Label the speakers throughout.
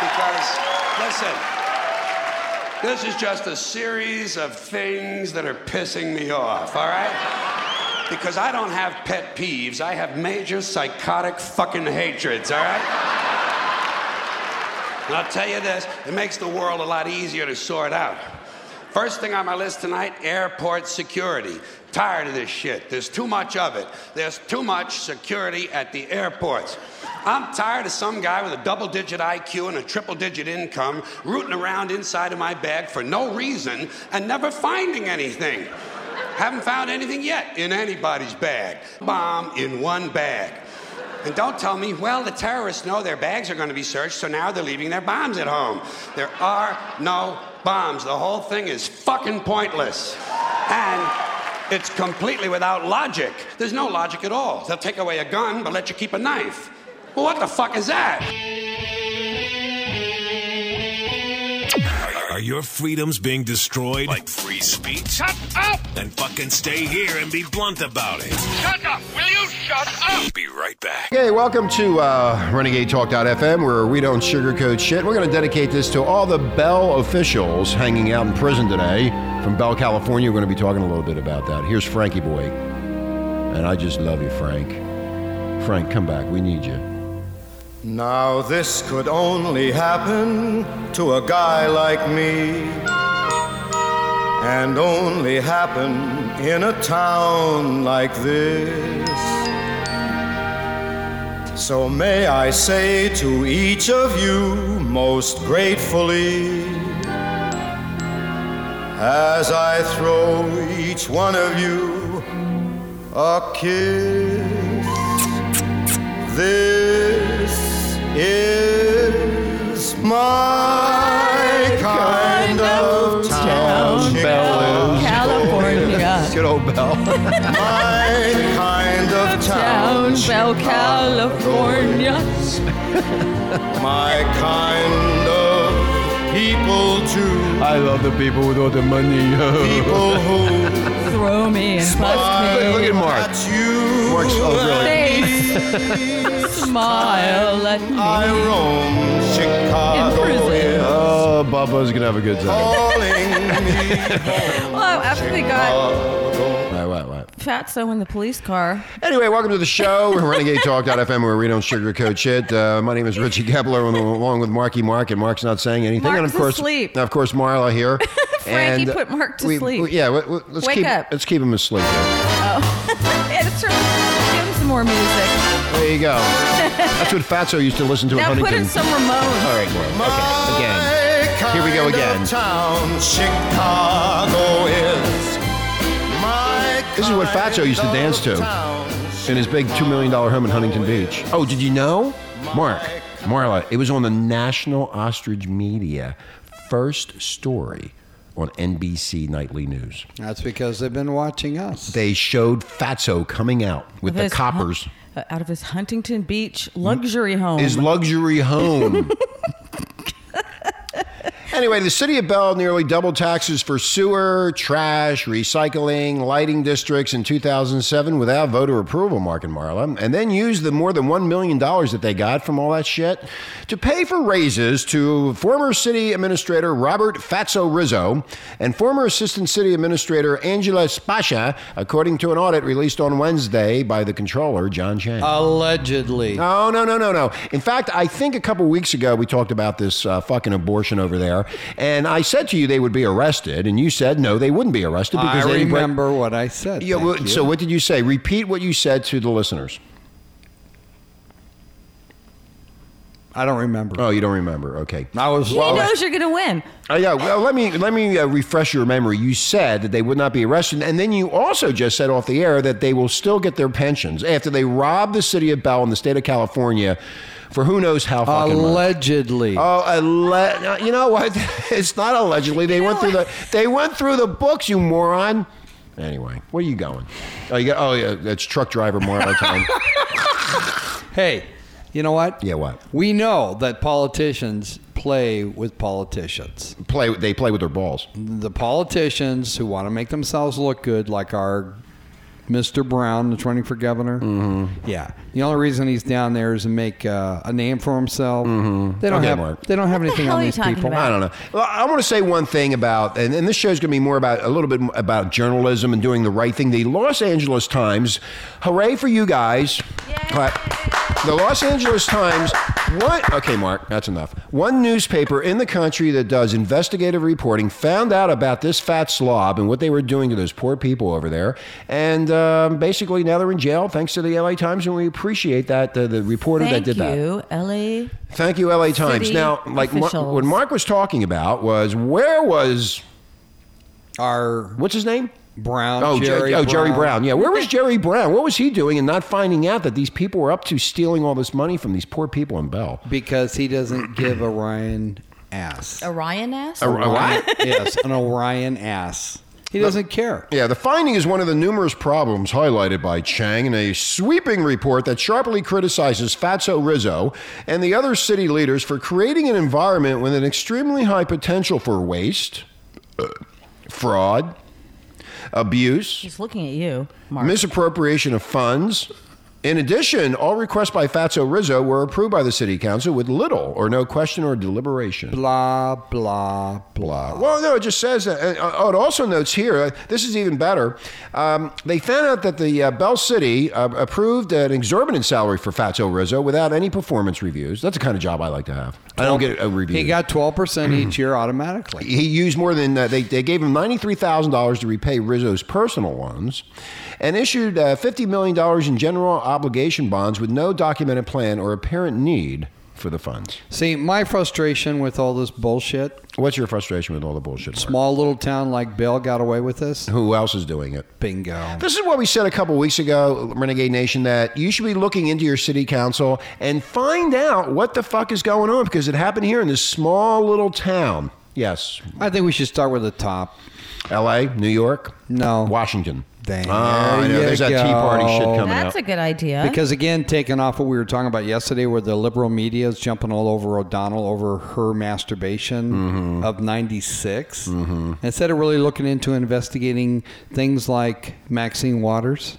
Speaker 1: because, listen, this is just a series of things that are pissing me off, all right? Because I don't have pet peeves, I have major psychotic fucking hatreds, all right? And I'll tell you this, it makes the world a lot easier to sort out. First thing on my list tonight airport security. Tired of this shit. There's too much of it. There's too much security at the airports. I'm tired of some guy with a double digit IQ and a triple digit income rooting around inside of my bag for no reason and never finding anything. Haven't found anything yet in anybody's bag. Bomb in one bag. And don't tell me, well, the terrorists know their bags are going to be searched, so now they're leaving their bombs at home. There are no bombs. The whole thing is fucking pointless. And it's completely without logic. There's no logic at all. They'll take away a gun, but let you keep a knife. Well, what the fuck is that?
Speaker 2: Are your freedoms being destroyed? Like free speech? Shut up! Then fucking stay here and be blunt about it. Shut up! Will you shut up? Be right back.
Speaker 3: Hey, welcome to uh, Renegade Talk.fm, where we don't sugarcoat shit. We're going to dedicate this to all the Bell officials hanging out in prison today from Bell, California. We're going to be talking a little bit about that. Here's Frankie Boy. And I just love you, Frank. Frank, come back. We need you.
Speaker 4: Now, this could only happen to a guy like me, and only happen in a town like this. So, may I say to each of you most gratefully, as I throw each one of you a kiss. This is my kind of town, Bell is.
Speaker 5: California.
Speaker 3: Good old Bell.
Speaker 4: my kind of town,
Speaker 5: Down Bell, California.
Speaker 4: my kind of people too.
Speaker 3: I love the people with all the money.
Speaker 4: People who
Speaker 5: Throw me and
Speaker 4: Look-
Speaker 5: bust
Speaker 3: Look
Speaker 5: me.
Speaker 3: at Mark.
Speaker 4: at you.
Speaker 3: Mark's- oh, really?
Speaker 5: Face. Smile at
Speaker 4: I
Speaker 5: me.
Speaker 4: roam Chicago
Speaker 5: prison.
Speaker 4: is
Speaker 3: Oh, Bubba's going to have a good time.
Speaker 4: calling me.
Speaker 5: Well, after they got
Speaker 3: Uh, Right, right, right.
Speaker 5: Fatso in the police car.
Speaker 3: Anyway, welcome to the show. We're RenegadeTalk.fm where we don't sugarcoat shit. Uh, my name is Richie Kepler and along with Marky Mark, and Mark's not saying anything. and
Speaker 5: Mark's
Speaker 3: of course,
Speaker 5: asleep.
Speaker 3: of course, Marla here.
Speaker 5: Frankie
Speaker 3: And uh,
Speaker 5: put Mark to
Speaker 3: we-
Speaker 5: sleep.
Speaker 3: we- yeah, we- we- let's
Speaker 5: Wake
Speaker 3: keep
Speaker 5: up.
Speaker 3: let's keep him asleep. Here.
Speaker 5: Yeah, Oh. it's true. Give him some more music.
Speaker 3: There you go. That's what Fatso used to listen to at
Speaker 5: Now put
Speaker 3: Huntington. Uh,
Speaker 5: in some Ramones.
Speaker 3: All right, Marla. Okay, again. Here we go again.
Speaker 4: Town, Chicago is my
Speaker 3: This is what
Speaker 4: kind
Speaker 3: Fatso used to
Speaker 4: of
Speaker 3: dance to.
Speaker 4: town.
Speaker 3: in his big $2 million home in Huntington Beach. Oh, did you know? Mark, Marla, it was on the National Ostrich Media first story on NBC Nightly News.
Speaker 6: That's because they've been watching us.
Speaker 3: They showed Fatso coming out with the
Speaker 5: This hu-
Speaker 3: coppers.
Speaker 5: uh, out of his Huntington Beach luxury home.
Speaker 3: His luxury home. anyway, the city of Bell nearly doubled taxes for sewer, trash, recycling, lighting districts in 2007 without voter approval, Mark and Marla, and then used the more than $1 million that they got from all that shit to pay for raises to former city administrator Robert Fatso Rizzo and former assistant city administrator Angela Spasha, according to an audit released on Wednesday by the controller, John Chang.
Speaker 6: Allegedly.
Speaker 3: No, no, no, no, no. In fact, I think a couple weeks ago we talked about this uh, fucking abortion over there, and I said to you they would be arrested, and you said no, they wouldn't be arrested
Speaker 6: I
Speaker 3: because they didn't break-
Speaker 6: remember what I said.
Speaker 3: Yeah,
Speaker 6: Thank
Speaker 3: well,
Speaker 6: you.
Speaker 3: so what did you say? Repeat what you said to the listeners.
Speaker 6: I don't remember.
Speaker 3: Oh, you don't remember? Okay.
Speaker 6: I was
Speaker 5: he knows you're gonna win.
Speaker 3: Uh, yeah. Well, let me let me uh, refresh your memory. You said that they would not be arrested, and then you also just said off the air that they will still get their pensions after they rob the city of Bell in the state of California for who knows how fucking much.
Speaker 6: allegedly.
Speaker 3: Oh, alle- you know what? It's not allegedly. They went through the they went through the books, you moron. Anyway, where are you going? Oh, you got, oh yeah, that's truck driver moron time.
Speaker 6: Hey, you know what?
Speaker 3: Yeah, what?
Speaker 6: We know that politicians play with politicians.
Speaker 3: Play they play with their balls.
Speaker 6: The politicians who want to make themselves look good, like our Mr. Brown that's running for governor. Mm-hmm. Yeah, the only reason he's down there is to make uh, a name for himself. Mm-hmm. They don't
Speaker 3: Okay,
Speaker 6: have
Speaker 3: Mark.
Speaker 6: they don't have
Speaker 5: What the
Speaker 6: anything
Speaker 5: hell
Speaker 6: on
Speaker 5: are you
Speaker 6: these
Speaker 5: talking
Speaker 6: people.
Speaker 5: about?
Speaker 3: I don't know. Well, I want to say one thing about, and, and this show's going to be more about a little bit about journalism and doing the right thing. The Los Angeles Times, hooray for you guys! Clap. The Los Angeles Times, what? Okay, Mark, that's enough. One newspaper in the country that does investigative reporting found out about this fat slob and what they were doing to those poor people over there, and um, basically now they're in jail thanks to the LA Times, and we appreciate that the, the reporter
Speaker 5: Thank
Speaker 3: that did that.
Speaker 5: you, Ellie.
Speaker 3: Thank you, LA Times.
Speaker 5: City
Speaker 3: now, like Mar-
Speaker 5: officials.
Speaker 3: what Mark was talking about was where was
Speaker 6: Our
Speaker 3: what's his name?
Speaker 6: Brown,
Speaker 3: oh, Jer-
Speaker 6: Jerry
Speaker 3: oh, Jerry
Speaker 6: Brown.
Speaker 3: Brown. Yeah, where was Jerry Brown? What was he doing and not finding out that these people were up to stealing all this money from these poor people in Bell?
Speaker 6: because he doesn't give Orion ass.
Speaker 5: Orion asked.
Speaker 6: Orion- yes, an Orion ass. He doesn't care.
Speaker 3: Yeah, the finding is one of the numerous problems highlighted by Chang in a sweeping report that sharply criticizes Fatso Rizzo and the other city leaders for creating an environment with an extremely high potential for waste, uh, fraud, abuse,
Speaker 5: He's looking at you, Mark.
Speaker 3: misappropriation of funds. In addition, all requests by Fatso Rizzo were approved by the city council with little or no question or deliberation.
Speaker 6: Blah blah blah.
Speaker 3: Well, no, it just says that. And, uh, oh, it also notes here, uh, this is even better. Um, they found out that the uh, Bell City uh, approved an exorbitant salary for Fatso Rizzo without any performance reviews. That's the kind of job I like to have. I don't get a review.
Speaker 6: He got twelve percent each year automatically.
Speaker 3: He used more than uh, they, they gave him $93,000 to repay Rizzo's personal loans and issued uh, $50 million in general obligation bonds with no documented plan or apparent need for the funds.
Speaker 6: See, my frustration with all this bullshit.
Speaker 3: What's your frustration with all the bullshit? Mark?
Speaker 6: Small little town like Bell got away with this.
Speaker 3: Who else is doing it?
Speaker 6: Bingo.
Speaker 3: This is what we said a couple weeks ago, Renegade Nation, that you should be looking into your city council and find out what the fuck is going on because it happened here in this small little town. Yes,
Speaker 6: I think we should start with the top.
Speaker 3: L.A., New York,
Speaker 6: No.
Speaker 3: Washington.
Speaker 6: There
Speaker 3: Ah, I know.
Speaker 6: you
Speaker 3: There's that Tea Party shit
Speaker 6: go.
Speaker 3: coming
Speaker 5: That's
Speaker 3: out.
Speaker 5: a good idea.
Speaker 6: Because again, taking off what we were talking about yesterday, where the liberal media is jumping all over O'Donnell over her masturbation of '96, instead of really looking into investigating things like Maxine Waters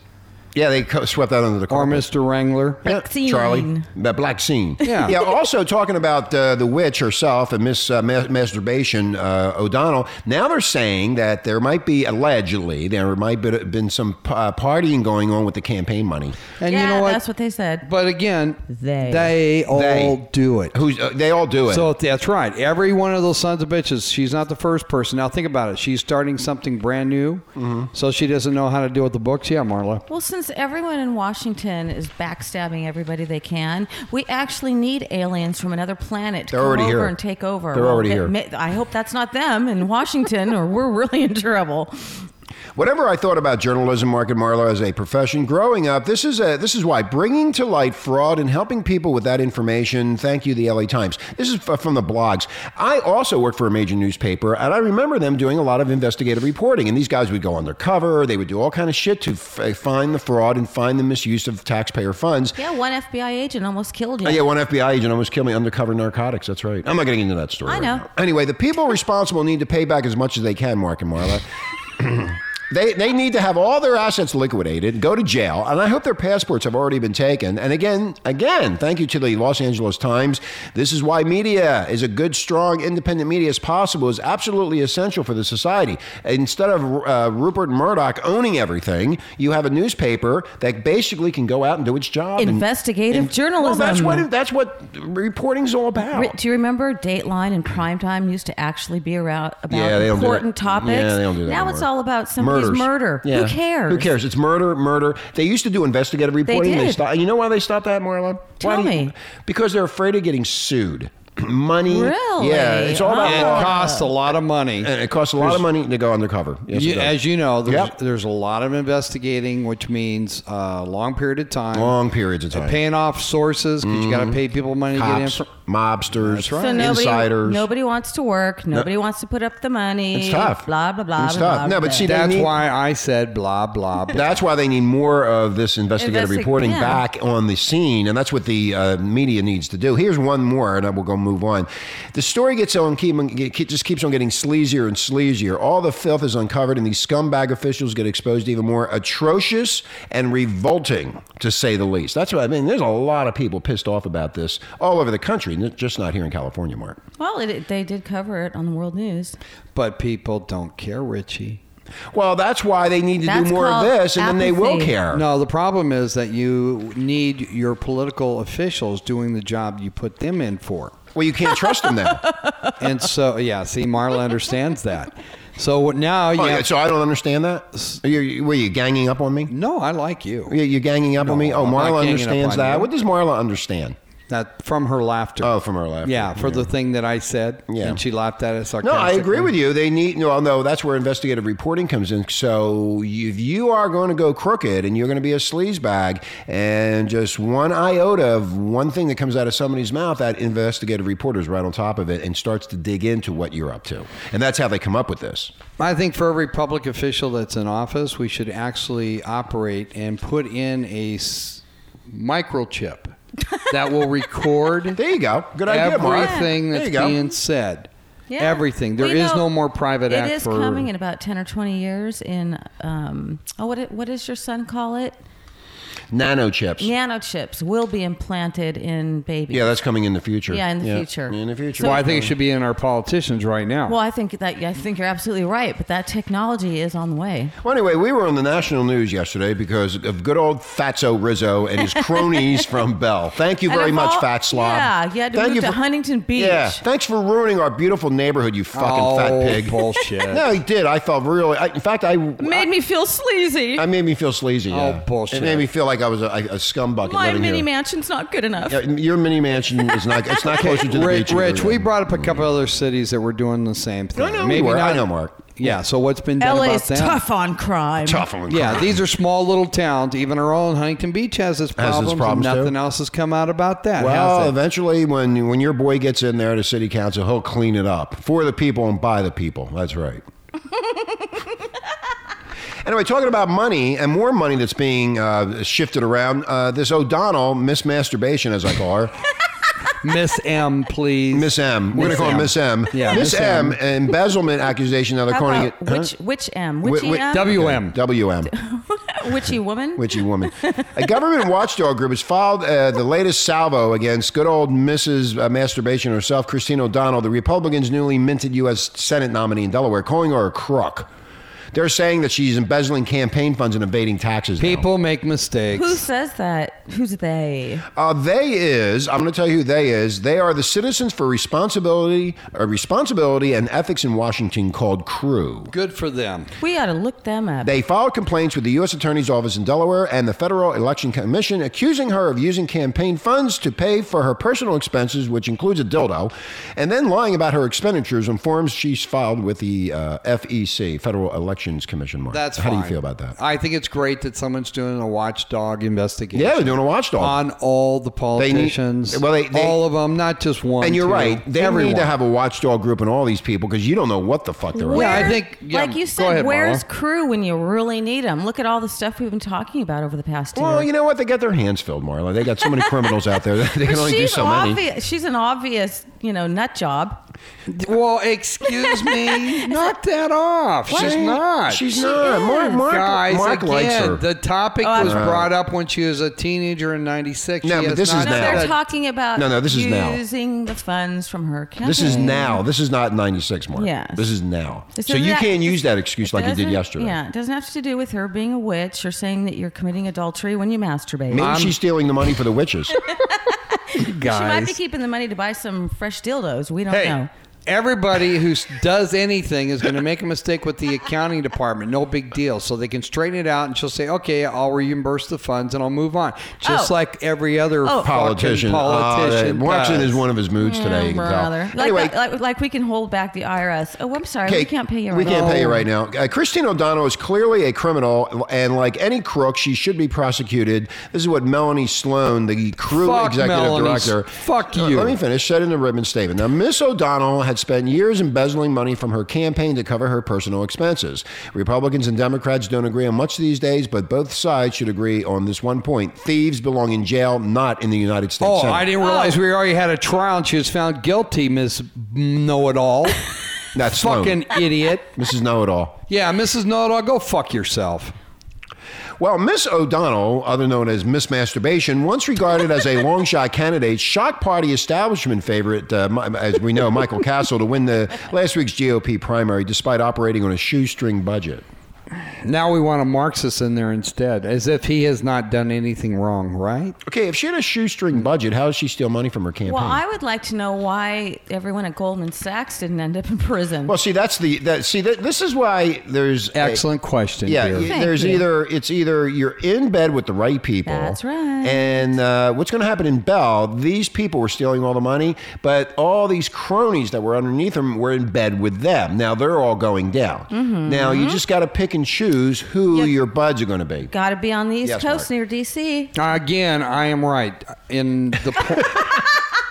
Speaker 3: yeah, they co- swept that under the
Speaker 6: or
Speaker 3: carpet.
Speaker 6: Mr. Wrangler.
Speaker 3: Yeah,
Speaker 5: Black scene.
Speaker 3: Charlie, the black scene.
Speaker 6: Yeah.
Speaker 3: yeah. Also talking about uh, the witch herself and Miss uh, ma- Masturbation uh, O'Donnell. Now they're saying that there might be allegedly there might be been some uh, partying going on with the campaign money.
Speaker 6: And
Speaker 5: yeah,
Speaker 6: you know what?
Speaker 5: that's what they said.
Speaker 6: but again,
Speaker 5: They.
Speaker 6: all do it.
Speaker 3: Who's uh, they all do it?
Speaker 6: So that's right. Every one of those sons of bitches. She's not the first person. Now think about it. She's starting something brand new,
Speaker 3: Mm-hmm.
Speaker 6: so she doesn't know how to deal with the books. Yeah, Marla.
Speaker 5: Well, since everyone in Washington is backstabbing everybody they can, we actually need aliens from another planet to
Speaker 3: They're
Speaker 5: come
Speaker 3: already
Speaker 5: over
Speaker 3: here.
Speaker 5: and take over.
Speaker 3: They're already
Speaker 5: it
Speaker 3: here.
Speaker 5: may- I hope that's not them in Washington, or we're really in trouble.
Speaker 3: Whatever I thought about journalism, Mark and Marlo, as a profession growing up, this is a this is why bringing to light fraud and helping people with that information. Thank you, the LA Times. This is f- from the blogs. I also worked for a major newspaper, and I remember them doing a lot of investigative reporting. And these guys would go undercover. They would do all kind of shit to f- find the fraud and find the misuse of taxpayer funds.
Speaker 5: Yeah, one FBI agent almost killed you.
Speaker 3: Oh, yeah, one FBI agent almost killed me undercover narcotics. That's right. I'm not getting into that story.
Speaker 5: I
Speaker 3: right
Speaker 5: know.
Speaker 3: now. Anyway, the people responsible need to pay back as much as they can, Mark and Marla. They, they need to have all their assets liquidated, go to jail, and I hope their passports have already been taken. And again, again, thank you to the Los Angeles Times. This is why media is a good, strong, independent media as possible is absolutely essential for the society. Instead of uh, Rupert Murdoch owning everything, you have a newspaper that basically can go out and do its job. and-
Speaker 5: Investigative journalism.
Speaker 3: Well, that's what that's what reporting's all about.
Speaker 5: Ri- Do you remember Dateline and Primetime used to actually be around about
Speaker 3: Yeah, they don't do
Speaker 5: important
Speaker 3: that.
Speaker 5: topics?
Speaker 3: Yeah, they don't do that
Speaker 5: Now
Speaker 3: anymore.
Speaker 5: it's all about somebody's
Speaker 3: Murders.
Speaker 5: murder.
Speaker 3: Yeah.
Speaker 5: Who cares?
Speaker 3: Who cares? It's murder, murder. They used to do investigative reporting.
Speaker 5: did.
Speaker 3: stopped. You know why they stopped that, Marla?
Speaker 5: Tell
Speaker 3: why do you-
Speaker 5: me.
Speaker 3: because they're afraid of getting sued. Money.
Speaker 5: Really? Oh.
Speaker 3: Yeah. It's all about
Speaker 6: It
Speaker 3: law.
Speaker 6: costs a lot of money.
Speaker 3: And it costs a lot of money to go undercover. Yes,
Speaker 6: You-
Speaker 3: it does.
Speaker 6: as you know, there's,
Speaker 3: Yep.
Speaker 6: there's a lot of investigating, which means a long period of time.
Speaker 3: long periods of time. Mm-hmm.
Speaker 6: Paying off sources because you got to pay people money to
Speaker 3: Cops,
Speaker 6: get info.
Speaker 3: mobsters,
Speaker 5: So nobody,
Speaker 3: insiders.
Speaker 5: nobody wants to work. Nobody wants to put up the money.
Speaker 3: It's tough.
Speaker 5: Blah blah blah.
Speaker 3: It's
Speaker 5: blah,
Speaker 3: tough.
Speaker 5: Blah,
Speaker 3: No, but
Speaker 5: blah.
Speaker 3: see,
Speaker 6: That's
Speaker 3: They need-
Speaker 6: why I said blah blah blah.
Speaker 3: That's why they need more of this investigative
Speaker 5: Investi-
Speaker 3: reporting
Speaker 5: yeah.
Speaker 3: back on the scene, and that's what the uh, media needs to do. Here's one more, and then we'll go move on. The story gets on, keep, it keep- just keeps on getting sleazier and sleazier. All the filth is uncovered, and these scumbag officials get exposed even more atrocious and revolting, to say the least. That's what I mean. There's a lot of people pissed off about this all over the country, n- just not here in California, Mark.
Speaker 5: well, it- it, they did cover it on the world news.
Speaker 6: But people don't care, Richie.
Speaker 3: Well, that's why they need to
Speaker 5: That's
Speaker 3: do more of
Speaker 5: called
Speaker 3: this, and then they will
Speaker 5: apathy.
Speaker 3: care.
Speaker 6: No, the problem is that you need your political officials doing the job you put them in for.
Speaker 3: Well, you can't trust them now.
Speaker 6: And so, yeah, see, Marla understands that. So now you
Speaker 3: Oh,
Speaker 6: have
Speaker 3: yeah, so I don't understand that. Are you, you- were you ganging up on me?
Speaker 6: No, I like you.
Speaker 3: You- You're ganging up on me. Oh,
Speaker 6: I'm not
Speaker 3: Marla
Speaker 6: ganging up
Speaker 3: understands
Speaker 6: on
Speaker 3: that.
Speaker 6: you.
Speaker 3: What does Marla understand?
Speaker 6: That from her laughter.
Speaker 3: Oh, from her laughter.
Speaker 6: yeah, for the thing that I said.
Speaker 3: Yeah.
Speaker 6: And she laughed at it
Speaker 3: No, I
Speaker 6: sarcastically.
Speaker 3: agree with you. They need no, no. That's where investigative reporting comes in. So you- if you are going to go crooked and you're going to be a sleazebag, and just one iota of one thing that comes out of somebody's mouth, that investigative reporter is right on top of it and starts to dig into what you're up to, and that's how they come up with this.
Speaker 6: I think for every public official that's in office, we should actually operate and put in a s- microchip that will record
Speaker 3: There you go. Good idea, Marla.
Speaker 6: everything
Speaker 3: There
Speaker 6: that's
Speaker 3: you go.
Speaker 6: being said.
Speaker 5: Yeah.
Speaker 6: Everything. There is
Speaker 5: We know-
Speaker 6: no more private act
Speaker 5: It is
Speaker 6: for
Speaker 5: coming in about ten or twenty years. In um, oh, what it, what does your son call it?
Speaker 3: Nanochips.
Speaker 5: Nanochips will be implanted in babies.
Speaker 3: Yeah, that's coming in the future.
Speaker 5: Yeah, in the future.
Speaker 3: In the future.
Speaker 6: Well, I think it should be in our politicians right now.
Speaker 5: Well, I think that I think you're absolutely right, but that technology is on the way.
Speaker 3: Well, anyway, we were on the national news yesterday because of good old Fatso Rizzo and his cronies from Bell. Thank you
Speaker 5: And
Speaker 3: very
Speaker 5: of
Speaker 3: much,
Speaker 5: all-
Speaker 3: Fat Slob.
Speaker 5: Yeah, you had to
Speaker 3: Thank
Speaker 5: move to Huntington Beach.
Speaker 3: Yeah, thanks for ruining our beautiful neighborhood, you fucking
Speaker 6: oh,
Speaker 3: fat pig.
Speaker 6: bullshit.
Speaker 3: No, he did. I felt really. I, in fact, I
Speaker 5: Made me feel sleazy.
Speaker 3: I made me feel sleazy.
Speaker 6: Oh,
Speaker 3: yeah.
Speaker 6: bullshit.
Speaker 3: It made me feel like I was a, a scum bucket
Speaker 5: My
Speaker 3: living
Speaker 5: mini
Speaker 3: here.
Speaker 5: mansion's not good enough.
Speaker 3: Yeah, your mini mansion is not. It's not closer to the
Speaker 6: Rich,
Speaker 3: beach.
Speaker 6: Rich,
Speaker 3: either.
Speaker 6: we brought up a couple other cities that were doing the same thing.
Speaker 3: I know we were. I know, Mark.
Speaker 6: Yeah. So what's been done
Speaker 5: LA
Speaker 6: about
Speaker 5: is
Speaker 6: them?
Speaker 5: tough on crime.
Speaker 3: tough on.
Speaker 6: Yeah,
Speaker 3: crime.
Speaker 6: these are small little towns. Even our own Huntington Beach has
Speaker 3: Has
Speaker 6: its
Speaker 3: its
Speaker 6: problems. and
Speaker 3: problems, too.
Speaker 6: nothing else has come out about that.
Speaker 3: Well,
Speaker 6: has it?
Speaker 3: eventually, when when your boy gets in there to city council, he'll clean it up for the people and by the people. That's right. anyway, talking about money and more money that's being uh, shifted around. Uh, this O'Donnell, Miss Masturbation, as I call her.
Speaker 6: Miss M, please.
Speaker 3: Miss M. We're going to
Speaker 6: Miss
Speaker 3: call her
Speaker 6: M.
Speaker 3: Miss M.
Speaker 6: Yeah,
Speaker 3: Miss
Speaker 6: Miss
Speaker 3: M.
Speaker 6: M.
Speaker 3: Embezzlement accusation. Now they're
Speaker 5: How
Speaker 3: calling it.
Speaker 5: about which which M?
Speaker 3: Wh-
Speaker 5: Which
Speaker 3: wh-
Speaker 5: M?
Speaker 6: WM.
Speaker 3: WM.
Speaker 5: Witchy woman?
Speaker 3: Witchy woman. A government watchdog group has filed uh, the latest salvo against good old Mrs. uh, Masturbation herself, Christine O'Donnell, the Republicans' newly minted U.S. Senate nominee in Delaware, calling her a crook. They're saying that she's embezzling campaign funds and evading taxes. now.
Speaker 6: People make mistakes.
Speaker 5: Who says that? Who's they?
Speaker 3: Uh, they is. I'm going to tell you who they is. They are the Citizens for Responsibility, uh, Responsibility and Ethics in Washington, called Crew.
Speaker 6: Good for them.
Speaker 5: We ought to look them up.
Speaker 3: They filed complaints with the U.S. Attorney's Office in Delaware and the Federal Election Commission, accusing her of using campaign funds to pay for her personal expenses, which includes a dildo, and then lying about her expenditures on forms she's filed with the uh, FEC, Federal Elections Commission. Mark,
Speaker 6: That's
Speaker 3: how do you
Speaker 6: fine.
Speaker 3: feel about that?
Speaker 6: I think it's great that someone's doing a watchdog investigation.
Speaker 3: Yeah, they're doing a watchdog.
Speaker 6: on all the
Speaker 3: need-
Speaker 6: politicians.
Speaker 3: well, they- they-
Speaker 6: all of them, not just one.
Speaker 3: and you're
Speaker 6: two,
Speaker 3: right; they
Speaker 6: everyone.
Speaker 3: need to have a watchdog group on all these people because you don't know what the fuck they're up
Speaker 6: Where-
Speaker 3: to.
Speaker 6: I think- yeah,
Speaker 5: like you
Speaker 6: go
Speaker 5: said,
Speaker 6: ahead,
Speaker 5: where's
Speaker 6: Marla.
Speaker 5: crew when you really need them? Look at all the stuff we've been talking about over the past year.
Speaker 3: Well, you know what? They got their hands filled, Marla. They got so many criminals out there; they can
Speaker 5: But
Speaker 3: only do
Speaker 5: she's
Speaker 3: so
Speaker 5: obvious.
Speaker 3: many.
Speaker 5: She's an obvious, you know, nut job.
Speaker 6: Well, excuse me, knock that off. She's not.
Speaker 3: She's not. Mark, Mark,
Speaker 6: Guys,
Speaker 3: Mark
Speaker 6: again,
Speaker 3: likes her.
Speaker 6: the topic was brought up when she was a teenager in '96.
Speaker 3: No,
Speaker 6: She
Speaker 3: but
Speaker 6: has
Speaker 3: this is
Speaker 6: not
Speaker 5: No,
Speaker 3: now.
Speaker 6: said-
Speaker 5: they're talking about
Speaker 3: No, no, this is now.
Speaker 5: using the funds from her campaign.
Speaker 3: This is now. This is not 96, Mark.
Speaker 5: Yes.
Speaker 3: This is now.
Speaker 5: This
Speaker 3: so
Speaker 5: is
Speaker 3: you
Speaker 5: that-
Speaker 3: can't use that excuse like you did
Speaker 5: Doesn't-
Speaker 3: yesterday.
Speaker 5: Yeah, it doesn't have to do with her being a witch or saying that you're committing adultery when you masturbate.
Speaker 3: Maybe she's stealing the money for the witches.
Speaker 5: She might be
Speaker 6: guys.
Speaker 5: keeping the money to buy some fresh dildos. We don't
Speaker 6: Hey,
Speaker 5: know.
Speaker 6: Everybody who s- does anything is going to make a mistake with the accounting department. No big deal. So they can straighten it out, and she'll say, "Okay, I'll reimburse the funds, and I'll move on." Just
Speaker 5: Oh.
Speaker 6: like every other
Speaker 5: Oh.
Speaker 6: fucking
Speaker 3: Politician.
Speaker 6: Politician.
Speaker 3: Oh, that- Watson
Speaker 6: does.
Speaker 3: is one of his moods today. You can tell.
Speaker 5: Mm, Brother. Like,
Speaker 3: anyway,
Speaker 5: that- like, like we can hold back the IRS. Oh, I'm sorry. we
Speaker 3: Okay,
Speaker 5: can't pay you.
Speaker 3: We
Speaker 5: right
Speaker 3: can't
Speaker 5: now.
Speaker 3: pay you right now. Uh, Christine O'Donnell is clearly a criminal, and like any crook, she should be prosecuted. This is what Melanie Sloan, the crew
Speaker 6: Fuck
Speaker 3: executive
Speaker 6: Melanie S-
Speaker 3: director,
Speaker 6: fuck
Speaker 3: Uh,
Speaker 6: you.
Speaker 3: let me finish. Said in a written statement. Now, Miss O'Donnell had spent years embezzling money from her campaign to cover her personal expenses. Republicans and Democrats don't agree on much these days, but both sides should agree on this one point: thieves belong in jail, not in the United States.
Speaker 6: Oh,
Speaker 3: Senate.
Speaker 6: I didn't realize we already had a trial and she was found guilty, Miss Know It All.
Speaker 3: That's Sloan.
Speaker 6: Fucking idiot.
Speaker 3: Mrs. Know It All.
Speaker 6: Yeah, Mrs. Know It All, go fuck yourself.
Speaker 3: Well, Miss O'Donnell, other known as Miss Masturbation, once regarded as a long shot candidate, shock party establishment favorite, uh, Mi- as we know, Michael Castle, to win the last week's GOP primary, despite operating on a shoestring budget.
Speaker 6: Now we want a Marxist in there instead, as if he has not done anything wrong, right?
Speaker 3: Okay, if she had a shoestring budget, how does she steal money from her campaign?
Speaker 5: Well, I would like to know why everyone at Goldman Sachs didn't end up in prison.
Speaker 3: Well, see, that's the that. See, that, this is why there's a-
Speaker 6: Excellent question.
Speaker 3: yeah,
Speaker 6: dear.
Speaker 3: y-
Speaker 5: Thank
Speaker 3: there's
Speaker 5: you.
Speaker 3: either it's either you're in bed with the right people.
Speaker 5: That's right.
Speaker 3: And uh, what's going to happen in Bell? These people were stealing all the money, but all these cronies that were underneath them were in bed with them. Now they're all going down.
Speaker 5: Mm-hmm.
Speaker 3: Now you just got to pick and choose who your buds are going to be.
Speaker 5: Got to be on the East
Speaker 3: Yes,
Speaker 5: Coast
Speaker 3: Mark.
Speaker 5: near D.C.
Speaker 6: Again, I am right. In the po-